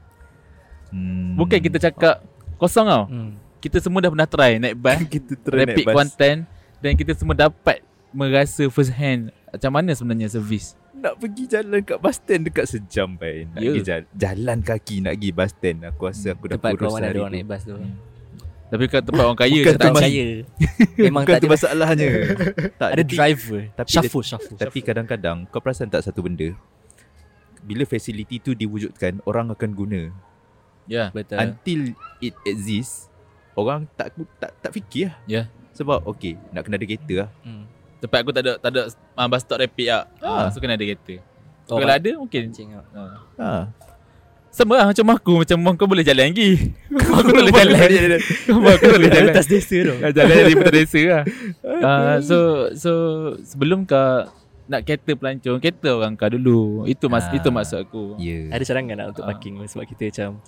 hmm. Bukan kita cakap Kosong tau hmm. Kita semua dah pernah try Naik bas Kita try Rapid naik bas content Dan kita semua dapat Merasa first hand Macam mana sebenarnya servis Nak pergi jalan kat bus stand Dekat sejam pai Nak Ya. pergi jalan, jalan kaki Nak pergi bus stand Aku rasa aku dah Tempat kurus kau mana hari ada orang tu naik bas tu Tapi kat tempat orang kaya Bukan Bukan tu tak Tak mas- percaya Memang Bukan tu tak ada masalahnya tak, Ada tapi- driver tapi dia- Shuffle Shuffle Tapi kadang-kadang Kau perasan tak satu benda Bila facility tu diwujudkan Orang akan guna Ya Betul until it exists orang tak tak tak fikir lah. Ya. Sebab okay nak kena ada kereta lah. hmm. Tempat aku tak ada Tak ada uh, Bus stop rapid lah Ah. ah. So kena ada kereta Oh, oh, Kalau ada mungkin Kencing out. ah. Ha. Sama lah macam aku Macam kau boleh jalan lagi Kau boleh jalan Kau boleh jalan Atas desa tu Ah, Jalan dari putus desa lah uh, So So Sebelum kau Nak kereta pelancong Kereta orang kau dulu Itu mas Ah. itu maksud aku Ya. Ada cadangan lah untuk Ah. parking pun Sebab kita macam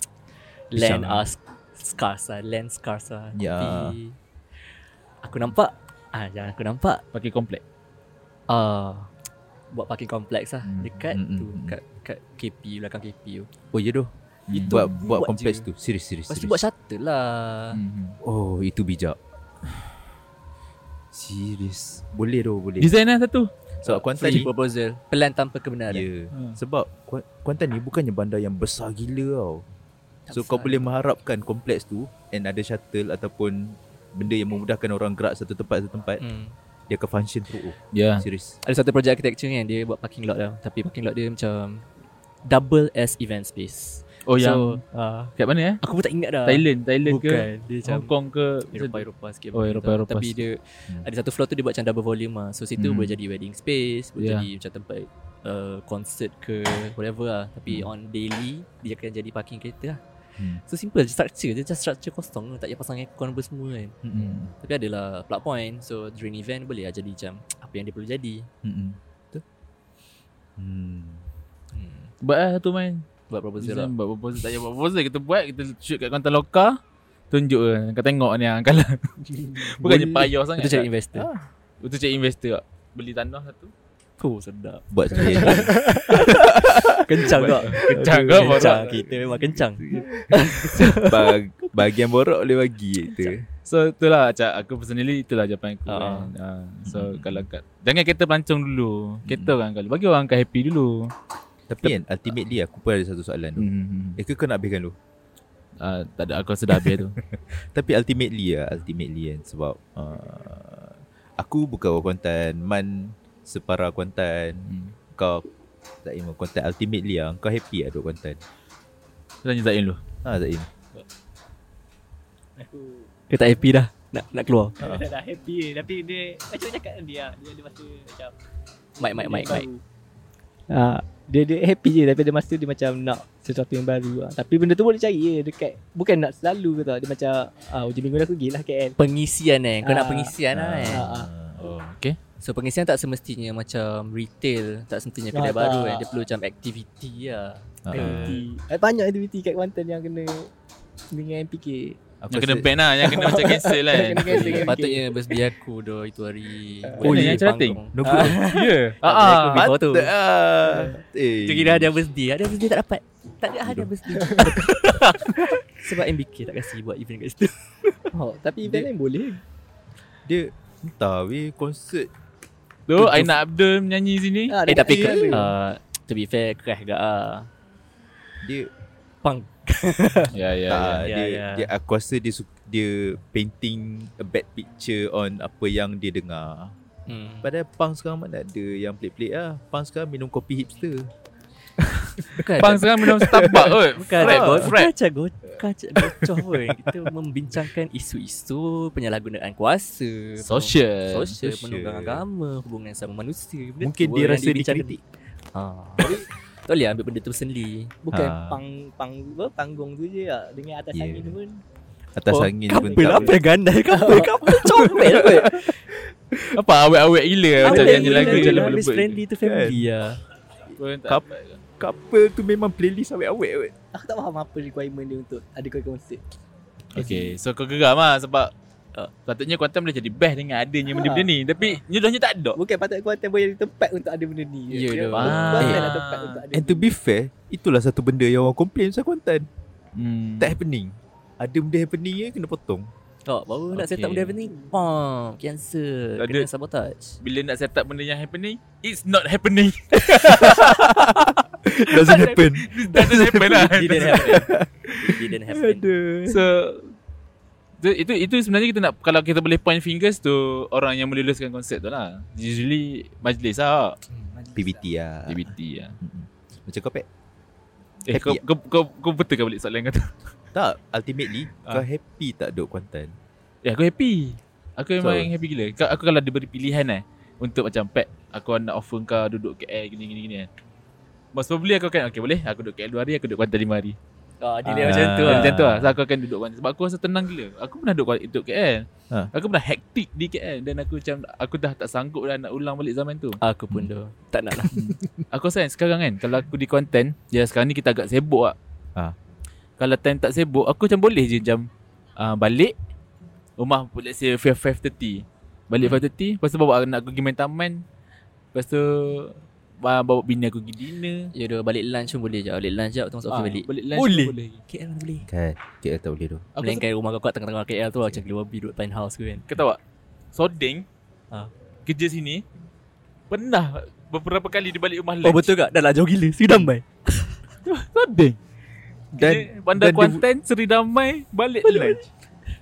Land Pisang. us Scarce lah Land scarce lah Ya. Tapi Aku nampak ah, Yang aku nampak Pakai komplek Ah, buat parking kompleks lah Hmm, dekat hmm, tu hmm, hmm. kat kat KP belakang KP tu. Oh ya doh. Itu Buat buat buat kompleks je. tu. Serius serius. Lepas tu serius. buat shuttle lah. hmm. oh itu bijak. serius. Boleh doh boleh. Design lah satu Sebab Kuantan Free ni proposal. Pelan tanpa kebenaran. Yeah. ya. Ha. Sebab Kuan- Kuantan ni bukannya bandar yang besar gila tau. Tak So kau besar. boleh mengharapkan kompleks tu and ada shuttle ataupun benda yang memudahkan orang gerak satu tempat satu tempat Hmm. dia akan function terus. Oh, Ya serius. Ada satu projek architecture ni kan dia buat parking lot tau. Tapi parking lot dia macam double as event space. Oh yang so, uh, Kat mana eh aku pun tak ingat dah. Thailand Thailand ke Bukan. Dia macam Hong Kong ke Eropah Eropah sikit Oh, macam Eropah, tu. Eropah Tapi dia Hmm. Ada satu floor tu dia buat macam double volume lah So situ Hmm. Ya. boleh jadi wedding space Boleh Yeah. jadi macam tempat uh, Concert ke Whatever lah Tapi on daily Dia akan jadi parking kereta lah Hmm. So simple je structure Dia just structure kosong lah, Tak payah pasang aircon apa semua kan Hmm. Tapi adalah plug point So during event boleh lah jadi macam Apa yang dia perlu jadi Mm-mm. Betul? Hmm. hmm. Buat lah satu main Buat proposal lah Design buat proposal Tak payah buat proposal Kita buat Kita shoot kat Kuantan Loka Tunjuk lah Kau tengok ni yang kalah Bukannya Boleh. payah sangat Itu cari investor Ah. Untuk cari investor tak? Beli tanah satu Oh sedap Buat sendiri. Kencang tak Kencang kau Kencang, baru Kita memang kencang Bag, bahagian borok boleh bagi tu. So itulah Acak Aku personally Itulah jawapan aku Ah. kan. Ah, So kalau kat Jangan kereta pelancong dulu Kereta orang kali Bagi orang kau happy dulu Tapi kan ultimately aku pun ada satu soalan tu. hmm. Eh ke kau nak habiskan dulu? uh, Tak ada aku rasa dah habis tu Tapi ultimately lah, ultimately kan sebab uh, aku bukan orang Kuantan, Man separa Kuantan, hmm. kau tak ilmu Kuantan ultimately lah, kau happy lah duduk Kuantan. Tanya Zain dulu Ha Zain. Aku Dia tak happy dah Nak nak keluar dah, dah happy Tapi dia Macam cakap dengan dia Dia ada masa macam Mic mic mic mic Ah, dia dia happy je tapi ada masa dia macam nak sesuatu yang baru lah. Tapi benda tu boleh cari je dekat bukan nak selalu ke tau. Dia macam ah hujung minggu ni aku pergilah KL. Pengisian eh Kau nak Ah. pengisian lah eh Ah, ah. Oh, okay. So pengisian tak semestinya macam retail Tak semestinya Ah, kedai baru tak. eh Dia perlu macam aktiviti lah Ha, Ah. Uh, Aktiviti. Eh, banyak aktiviti kat Kuantan yang kena dengan Eh. MPK. Aku yang kena rasa- ban lah. Yang kena macam cancel lah. Yang kena cancel. Jadi, MK. Patutnya birthday aku doh itu hari Oh, Boleh yang cerating? panggung. Nombor Ya. Ah, Ah, ah. Before tu. Patut ah. Eh. Tu kira hadiah birthday Hadiah birthday tak dapat Tak ada hadiah birthday Sebab MBK tak kasi buat event kat situ Oh, tapi event lain boleh. Dia Entah weh Konsert Tu Aina Abdul menyanyi sini. Ah, Eh dekat tapi KL tu. uh, To be fair Crash gak ah. Dia Punk Ya, ya, tak, ya. dia, ya, ya. dia aku rasa dia su- dia painting a bad picture on apa yang dia dengar. hmm. Padahal punk sekarang mana ada yang pelik-pelik lah. Punk sekarang minum kopi hipster. Bukan Pang sekarang minum Starbucks kot. Bukan Fred, Bukan Fred. macam go, bukan macam gocoh pun Kita membincangkan isu-isu Penyalahgunaan kuasa Social. Sosial, Sosial. penunggang agama Hubungan sama manusia Benda Mungkin tu dia yang rasa dibincangkan. dikritik. Ah. Tak boleh ambil benda tu sendiri Bukan Ah. pang pang apa, panggung tu je lah. Dengan atas Yeah. angin pun. Atas oh, angin pun Kapel apa yang gandai Kapel Kapel comel kot Apa awet-awet gila macam Apa yang nyanyi gila lagu Habis jalan melebut. friendly tu family lah Pun tak Kap- dapat. Kapel tu memang playlist awet-awet kot. Aku tak faham apa requirement dia untuk ada kau konsert. Okay, so kau geram lah sebab uh, patutnya Kuantan boleh jadi best dengan adanya benda-benda ni. Tapi nyedohnya tak ada. Bukan patut Kuantan boleh jadi tempat untuk ada benda ni. Ya, dah. Dia- Kuantan Ah. lah tempat untuk ada. And to be fair, itulah satu benda yang orang complain pasal Kuantan. Hmm. Tak happening. Ada benda happening je kena potong. Tak, baru nak set up Okay. benda ni Bam, cancel Tak ada. Kena sabotage Bila nak set up benda yang happening, it's not happening. Doesn't happen. This doesn't happen lah. It didn't happen It didn't happen So itu, itu itu sebenarnya kita nak kalau kita boleh point fingers tu orang yang meluluskan konsep tu lah. Usually majlis lah. PBT lah. DBT lah. Macam kau pek. Eh kau, Happy kau, kau, kau betul ke balik soalan kau tu? Tak, ultimately Ah. kau happy tak duduk Kuantan? Eh aku happy. Aku memang Betul. happy gila. Kau, aku kalau diberi pilihan eh untuk macam pet aku nak offer kau duduk KL gini gini gini kan. Most probably aku akan Okay boleh Aku duduk KL 2 hari Aku duduk Kuantan 5 hari Ah, dia Ah. macam tu Dia lah Macam tu lah so, Aku akan duduk Kuantan Sebab aku rasa tenang gila Aku pernah duduk, Kuala- duduk KL Ha. Aku pernah hektik di KL Dan aku macam Aku dah tak sanggup dah Nak ulang balik zaman tu Aku pun dah Tak nak lah Aku rasa kan sekarang kan Kalau aku di konten Ya sekarang ni kita agak sibuk lah Ah. Kalau time tak sibuk Aku macam boleh je macam uh, Balik Rumah let's say 5, 5.30 Balik 5.30 Lepas tu bawa anak aku pergi main taman Lepas tu uh, Bawa bini aku pergi dinner Ya dah balik lunch pun boleh je Balik lunch je Tunggu Ah, sampai balik Balik lunch Boleh. pun boleh KL mana boleh Kan, KL tak boleh tu. Aku Melengkai rumah kau kat tengah-tengah KL tu lah Macam keluar bi duduk penthouse tu kan Kau tahu tak Sodeng Ah. Kerja sini Pernah Beberapa kali dia balik rumah Oh betul kak Dah lah jauh gila Seri damai Sodeng Dan Dan dan Bandar dia- Kuantan Seri Damai Balik, balik. lunch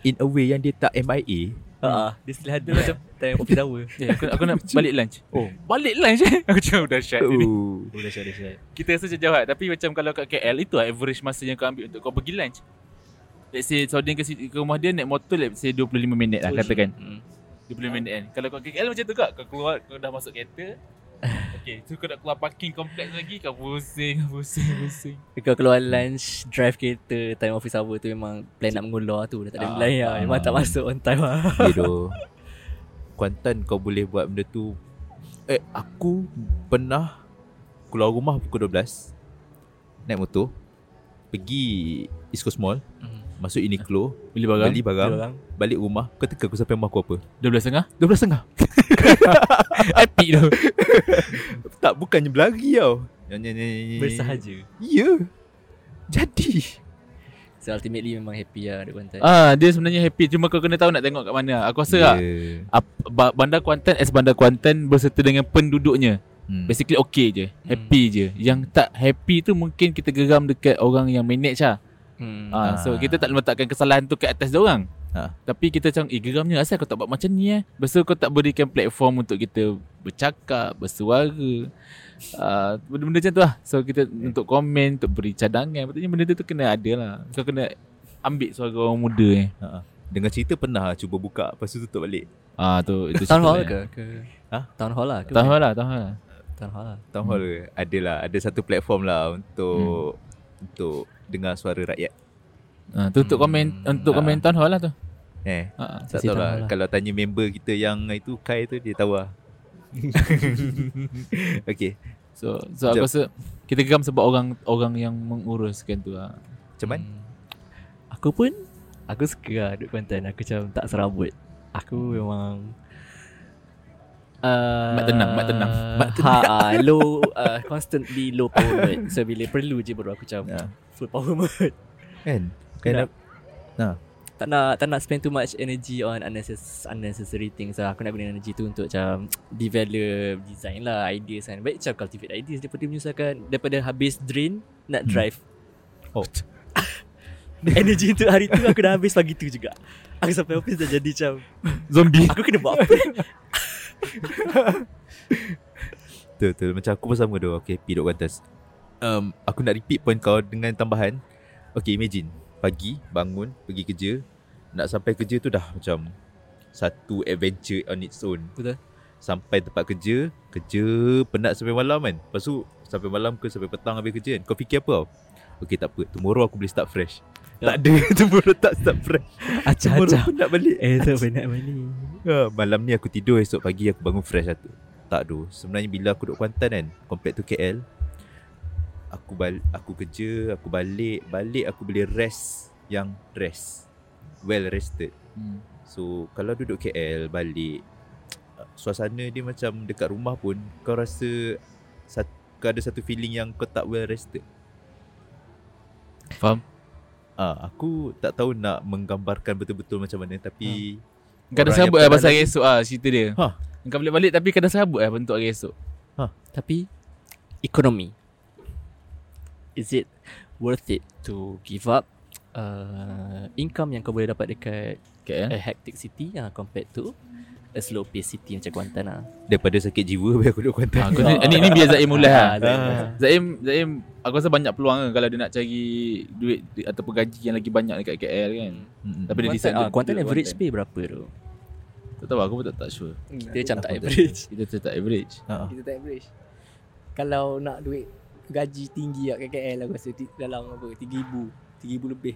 in a way yang dia tak MIA, Ah, Dia still ada macam Time kopi dawa Eh, aku, aku nak balik lunch Oh. Balik lunch eh Aku macam dah syak ni Oh. Boleh syar dia syar Kita rasa macam jauh kan Tapi macam kalau kat KL Itu lah average masa yang kau ambil Untuk kau pergi lunch Let's say Saudin ke, si- ke rumah dia Naik motor let's say 25 minit lah Katakan 25 minit kan Kalau kau KL macam tu kak Kau keluar Kau dah masuk kereta Okay Tu kau nak keluar parking kompleks lagi Kau pusing Pusing Pusing Kau keluar lunch Drive kereta Time office hour tu memang Plan nak mengulur tu Dah tak ada Ah, plan lah Memang tak masuk on time lah Ya doh. Kuantan kau boleh buat benda tu. Eh, aku pernah keluar rumah pukul 12. Naik motor. Pergi East Coast Mall. Masuk Uniqlo. Beli Beli barang. Balik rumah. Kau teka aku sampai rumah aku apa? 12.30 12.30. Epic tu Tak, bukannya berlari tau. Nyanyi, nyanyi, nyanyi. Bersahaja Ya. Jadi. So ultimately memang happy lah Duduk pantai Ah, Dia sebenarnya happy Cuma kau kena tahu nak tengok kat mana Aku rasa lah, yeah. Ya. Ap- bandar Kuantan As bandar Kuantan Berserta dengan penduduknya Hmm. Basically okay je Happy je Yang tak happy tu Mungkin kita geram dekat orang yang manage lah Hmm. hmm. ah, Ah. So kita tak letakkan kesalahan tu Ke atas dia orang Ah. Tapi kita macam Eh geramnya Asal kau tak buat macam ni eh Lepas tu kau tak berikan platform Untuk kita bercakap Bersuara ah, Hmm. Benda-benda macam tu lah So kita Untuk komen Untuk beri cadangan Patutnya benda tu, tu kena ada lah Kau kena ambil suara orang muda eh. ni. Dengar cerita pernah ah, cuba buka Lepas tu tutup balik Ah tu itu Town cerita hall dia. ke? ke? Hah? Town hall lah ke? Town hall lah, town hall. lah. Town hall lah. Town hall ke? Ada lah Ada satu platform lah Untuk Untuk Dengar suara rakyat Ah tu untuk komen untuk komen town hall lah tu. Eh Ah, ah. Tak Sesi tahu town hall lah lah. Kalau tanya member kita yang itu Kai tu dia tahu lah Okay So so Jom. aku rasa kita geram sebab orang orang yang menguruskan tu lah. Macam mana? Hmm. Aku pun Aku suka lah duduk Kuantan Aku macam tak serabut Aku memang Uh, Mat tenang, mat tenang, mat Ha, uh, low uh, constantly low power mode. So bila perlu je baru aku macam Ya. full power mode. Kan? Kan nak- Tak nak tak nak spend too much energy on unnecessary, unnecessary things lah. Aku nak guna energy tu untuk macam develop design lah, ideas kan. Baik macam cultivate ideas daripada menyusahkan daripada habis drain nak drive. Oh Energy untuk hari tu aku dah habis pagi tu juga. Aku sampai office dah jadi macam Zombie. Aku kena buat apa Betul betul Macam aku pun sama tu Okay P duduk atas um, Aku nak repeat point kau Dengan tambahan Okay imagine Pagi Bangun Pergi kerja Nak sampai kerja tu dah macam Satu adventure on its own Betul. Sampai tempat kerja Kerja Penat sampai malam kan Lepas tu Sampai malam ke Sampai petang habis kerja kan Kau fikir apa tau Okay tak apa Tomorrow aku boleh start fresh Tak ada Tomorrow tak start fresh Tomorrow Acah-acah penat balik Eh tak penat mandi Ha, malam ni aku tidur esok pagi aku bangun fresh satu. Tak doh. Sebenarnya bila aku duduk Kuantan kan, komplek tu KL. Aku bal aku kerja, aku balik, balik aku boleh rest yang rest. Well rested. Hmm. So kalau duduk KL balik suasana dia macam dekat rumah pun kau rasa sat, kau ada satu feeling yang kau tak well rested. Faham? Ah, aku tak tahu nak menggambarkan betul-betul macam mana tapi Kau dah Orang serabut yang lah pasal pernah hari esok lah cerita dia. Ha. Kau balik balik tapi kau dah serabut lah bentuk hari esok. Tapi Ekonomi Is it worth it to give up uh, Income yang kau boleh dapat dekat Okay A eh? hectic city uh, Compared to A slow paced city macam Kuantan lah daripada sakit jiwa biar Ah, aku duduk Kuantan. Ha, kau ni, ni, ni biar Zaim mula lah. Ah, Zaim. Zaim, Zaim, aku rasa banyak peluang kan kalau dia nak cari duit di- ataupun gaji yang lagi banyak dekat KL kan. Mm-mm. Tapi dia Kuantan, decide ah, duduk- Kuantan duduk average Kuantan. pay berapa tu Tak tahu aku pun tak, tak sure. Dia macam tak tahu. average Kita tu tak average. Ha. Kita tak average Kalau nak duit Gaji tinggi kat KKL Aku rasa ti- dalam apa 3,000 3,000 lebih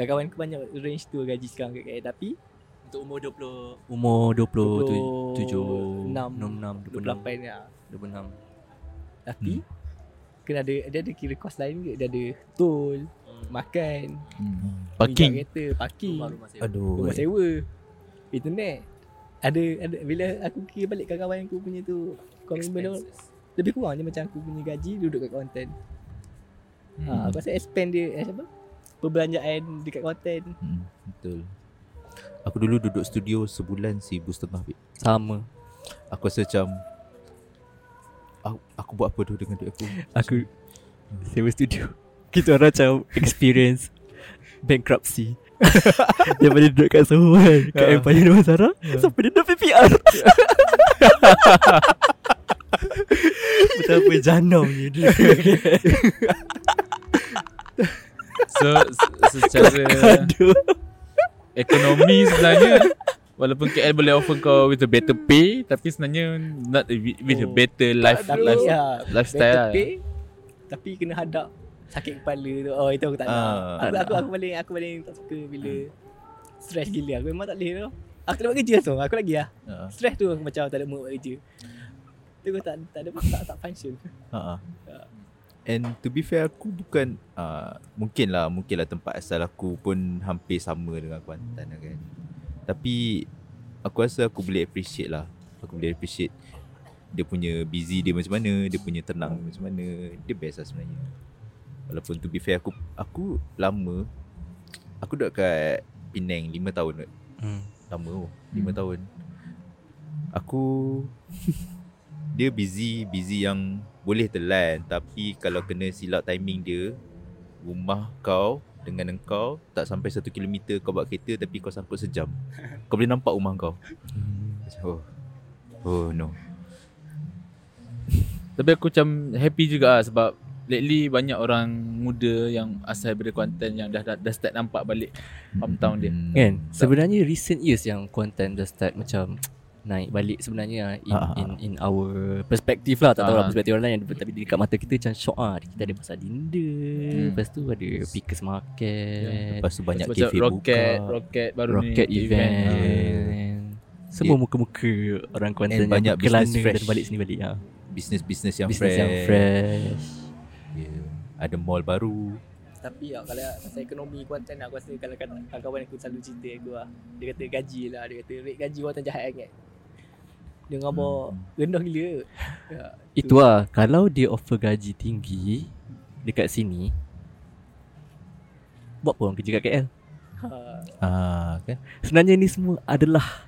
Kawan-kawan aku banyak range tu gaji sekarang kat KKL Tapi Untuk umur 20 Umur 20 27 enam, 26 28 26 lah 26 Tapi Kena ada Dia ada kira kos lain ke Dia ada tol Makan Hmm. pinjam Parking. kereta Parking Aduh. eh. Rumah sewa Internet Ada ada Bila aku kira balik kawan-kawan aku punya tu Komitmen dia Lebih kurang je macam aku punya gaji Duduk kat konten hmm. ha, Aku rasa expand dia eh, apa? Perbelanjaan dekat konten Hmm, betul. Aku dulu duduk studio sebulan seribu setengah bit. Sama Aku rasa macam aku, aku buat apa tu dengan duit aku? Aku Sewa studio Kita orang macam Experience Bankruptcy Daripada duduk kat Soho kan Kat Ah. Empire Dewan Sarah Sampai duduk PPR Betapa janamnya dia So, se- secara Aduh ekonomi sebenarnya Walaupun KL boleh offer kau with a better pay Tapi sebenarnya not with, with a better life, Tapi life ya, lifestyle better lah. pay, Tapi kena hadap Sakit kepala tu Oh itu aku tak nak Ah, aku, aku, aku paling Aku paling tak suka bila Stress gila Aku memang tak boleh tu Aku tak buat kerja tu Aku lagi lah Ha. Stress tu aku macam tak ada mood buat kerja Tu aku tak, tak ada tak, tak function Ha. ha. And to be fair aku bukan uh, mungkin lah mungkin lah tempat asal aku pun hampir sama dengan Kuantan lah kan. Tapi aku rasa aku boleh appreciate lah. Aku boleh appreciate dia punya busy dia macam mana, dia punya tenang dia macam mana. Dia best lah sebenarnya. Walaupun to be fair aku aku lama aku duduk kat Penang 5 tahun kot. Lama oh 5 Hmm. tahun Aku Dia busy Busy yang Boleh telan Tapi kalau kena silap timing dia Rumah kau Dengan engkau Tak sampai satu kilometer Kau buat kereta Tapi kau sangkut sejam Kau boleh nampak rumah kau Hmm. Macam, Oh Oh no Tapi aku macam happy juga lah sebab lately banyak orang muda yang asal daripada konten yang dah dah, dah start nampak balik hometown dia. Hmm. Kan Sebenarnya recent years yang Content dah start macam Naik balik sebenarnya In, Ah, ah, in, in our Perspective lah Tak tahu lah Ah. perspektif orang lain Tapi dekat mata kita Macam shock lah Kita ada pasar dinda Hmm. Lepas tu ada Pickers market Ya, Lepas tu banyak Macam kafe rocket, buka rocket baru Rocket ni kan. event, Ah. Ah. event. Semua muka-muka Orang Kuantan And banyak yang berkelana business fresh. Dan balik sini balik ha. Bisnes-bisnes yang Business fresh, yang fresh Yeah. Ada mall baru Tapi lah, kalau pasal ekonomi Kuantan aku rasa kalau kan- kawan aku selalu cerita aku lah. Dia kata gaji lah, dia kata rate gaji Kuantan jahat sangat. Dia ngabak rendah gila. Ya, Itu lah Kalau dia offer gaji tinggi Dekat sini Buat apa orang kerja kat KL ha. ah, kan? Sebenarnya ni semua adalah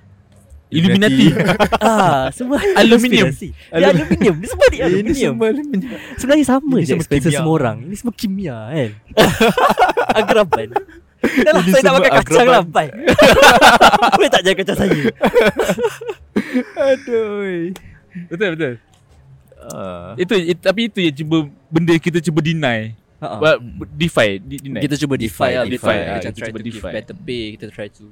Illuminati. ah, semua Aluminium. konspirasi. Dia aluminium. Dia semua Ini dia aluminium. semua aluminium Sebenarnya sama Ini je semua expenses kimia. semua orang. Ini semua kimia kan. Agraban. Dah lah, Ini saya tak semua makan kacang agraban. lah, bye. Boleh tak jaga kacang saya? Aduh betul betul. ah. Itu it, tapi itu yang cuba benda kita cuba deny. Ha-ha. Well, defy, di- deny. Ah. Kita cuba defy lah. defy, Defy. ah, Macam kita try cuba to give defy. better pay. Kita try to...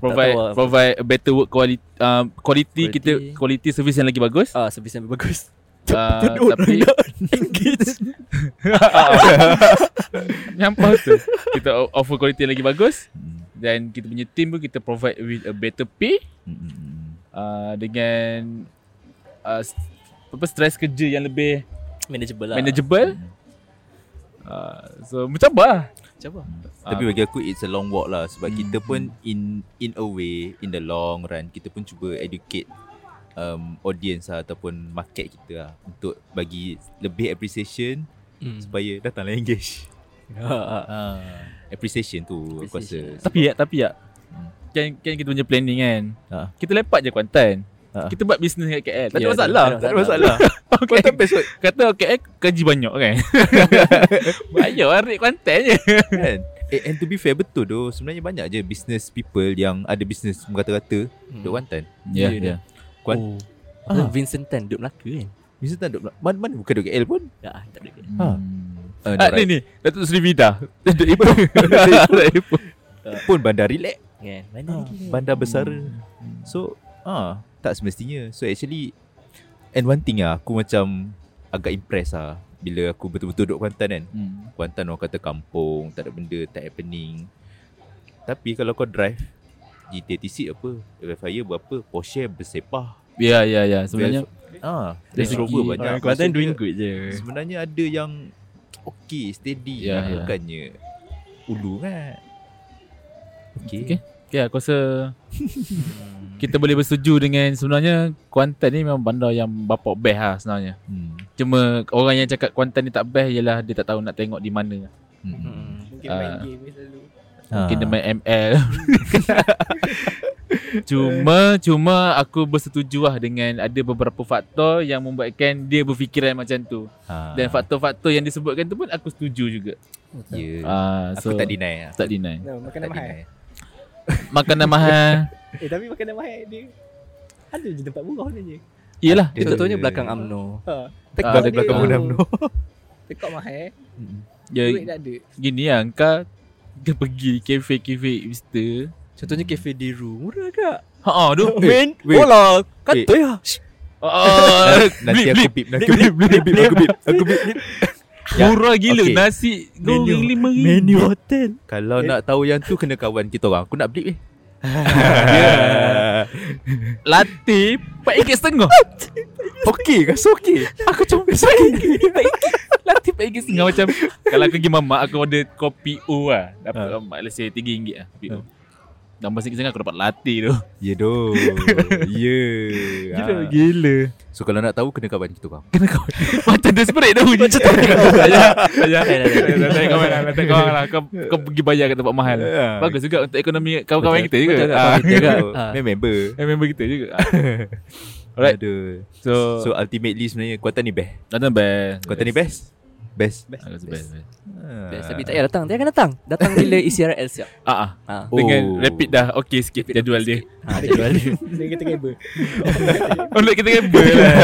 provide tahu lah. provide a better work quality uh, quality Quality. kita quality service yang lagi bagus. Ah, service yang bagus. Uh, Orang tapi nak engage. nyampah tu. Kita o- offer quality yang lagi bagus dan kita punya team pun kita provide with a better pay uh, dengan uh, s- apa stress kerja yang lebih Manageable lah. manageable. Uh, so Uh, mencabar lah. Macam apa? Tapi bagi aku It's a long walk lah Sebab kita Hmm, pun In in a way In the long run Kita pun cuba educate um, Audience lah Ataupun market kita lah Untuk bagi Lebih appreciation Hmm. Supaya datanglah engage Ah, ah. ah. Appreciation tu Aku rasa Appreciation. Tapi ya, tapi ya. Hmm. Kan, kan kita punya planning kan. Ha. Kita lepak je Kuantan. Ha. Kita buat bisnes kat KL. Tak ada Ya, masalah. tak ada masalah. okay. Kuantan besok. Kata KL gaji banyak kan. banyak lah rate Kuantan je. kan eh, And to be fair Betul tu Sebenarnya banyak je Business people Yang ada business Mengata-kata Hmm. Duk Wantan Ya, Ya, ya. Kuan- Oh. Apa, Ah. Vincent Tan duduk Melaka kan? Business tak duk Mana, mana bukan duk KL pun Ya, ah, tak ada. Ha. uh, Ah, ni ni. Datuk Seri Vida. Datuk Ipoh. Datuk Ipoh. Pun bandar relax Kan? Mana Ah, lagi? bandar besara. So, ah tak semestinya. So actually and one thing ah aku macam agak impress ah bila aku betul-betul duduk Kuantan kan. Kuantan orang kata kampung, tak ada benda, tak happening. Tapi kalau kau drive GTTC apa, Fire berapa, Porsche bersepah. Ya, ya, ya. Sebenarnya ah dari Range Rover segi banyak. Orang Kuantan Maksudnya, doing good je Sebenarnya ada yang okay, steady. Ya, Yeah, ya. Bukannya ulu kan. Okay. Okay. Okay, Ya, aku rasa kita boleh bersetuju dengan sebenarnya Kuantan ni memang bandar yang bapak best lah sebenarnya. Hmm. Cuma orang yang cakap Kuantan ni tak best ialah dia tak tahu nak tengok di mana. Hmm. Mungkin main Ah. game ni selalu. Mungkin Ah. dia main ML. cuma cuma aku bersetuju lah dengan ada beberapa faktor yang membuatkan dia berfikiran macam tu. Ah. Dan faktor-faktor yang disebutkan tu pun aku setuju juga. Ya. Ah, Aku tak deny lah. tak deny. No, makanan tak mahal. deny. Makanan mahal. Eh tapi makanan mahal dia ada je tempat murah sebenarnya. Iyalah. Dia- Contohnya belakang UMNO Ha. Ah, Belakang- dia- belakang ah. pun UMNO. Tekak mahal, duit Ya, tak ada. gini lah. Kau, kau pergi kafe-kafe hipster. Contohnya Cafe Deru Murah Eh, kak Haa, tu. Main wait. Bola Wait. ya Ah, Nanti blip, aku blip. bip nanti aku bip nanti aku bip aku bip aku bip. Ya, Murah gila okay. nasi goreng Menu. lima Menu ringgit. hotel Kalau nak tahu yang tu kena kawan kita orang. Aku nak blip eh. Ya. Latte empat ringgit setengah. Okey, rasa okey. Aku cuma besar gigi Latif baik gigi Setengah macam Kalau aku pergi mamak Aku order kopi O lah Dapat Ha. uh. mamak Let's say RM3 lah Kopi O Dan masa kita kan aku dapat latte tu Ya doh. Ya. Ah. gila So kalau nak tahu kena kawan kita orang. Kena kau Macam desperate tu Macam tak Ayah Ayah Lantai kawan lah Lantai kawan lah Kau, kau pergi bayar kat tempat mahal Ah. Bagus juga untuk ekonomi Kawan-kawan kita juga Betul, kan? Ah, kawan kita juga. juga. Main member. Eh, Member kita juga Ah. Alright. Aduh. So So ultimately sebenarnya Kuantan ni best. Datang best Kuantan ni best. Best. Aku rasa Best best. Ah. Tapi Eh, tak payah datang Dia akan datang Datang bila E ECRL siap Ah, ah. ha. Oh. Dengan rapid dah Okay sikit Jadual dia ha, jadual dia. Dia kata kabel. kan, Untuk kita gamble lah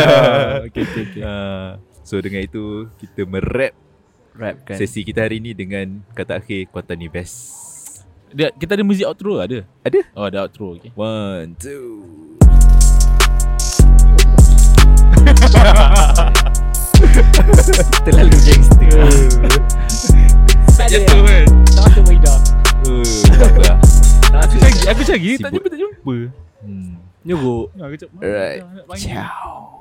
Okay okay okay Ah. So dengan itu kita merap Rap kan sesi kita hari ni dengan kata akhir Kuantan ni best. Dia, kita ada muzik outro ada? Ada. Oh, ada outro. Okay. One, two. Terlalu gangster Tak ada kan? Tak ada Maidah Uh, tak apa lah. Aku cari, aku cari. Tak Sibuk. jumpa, tak jumpa. Hmm. Nyuruk Aku cakap, Alright. Ciao.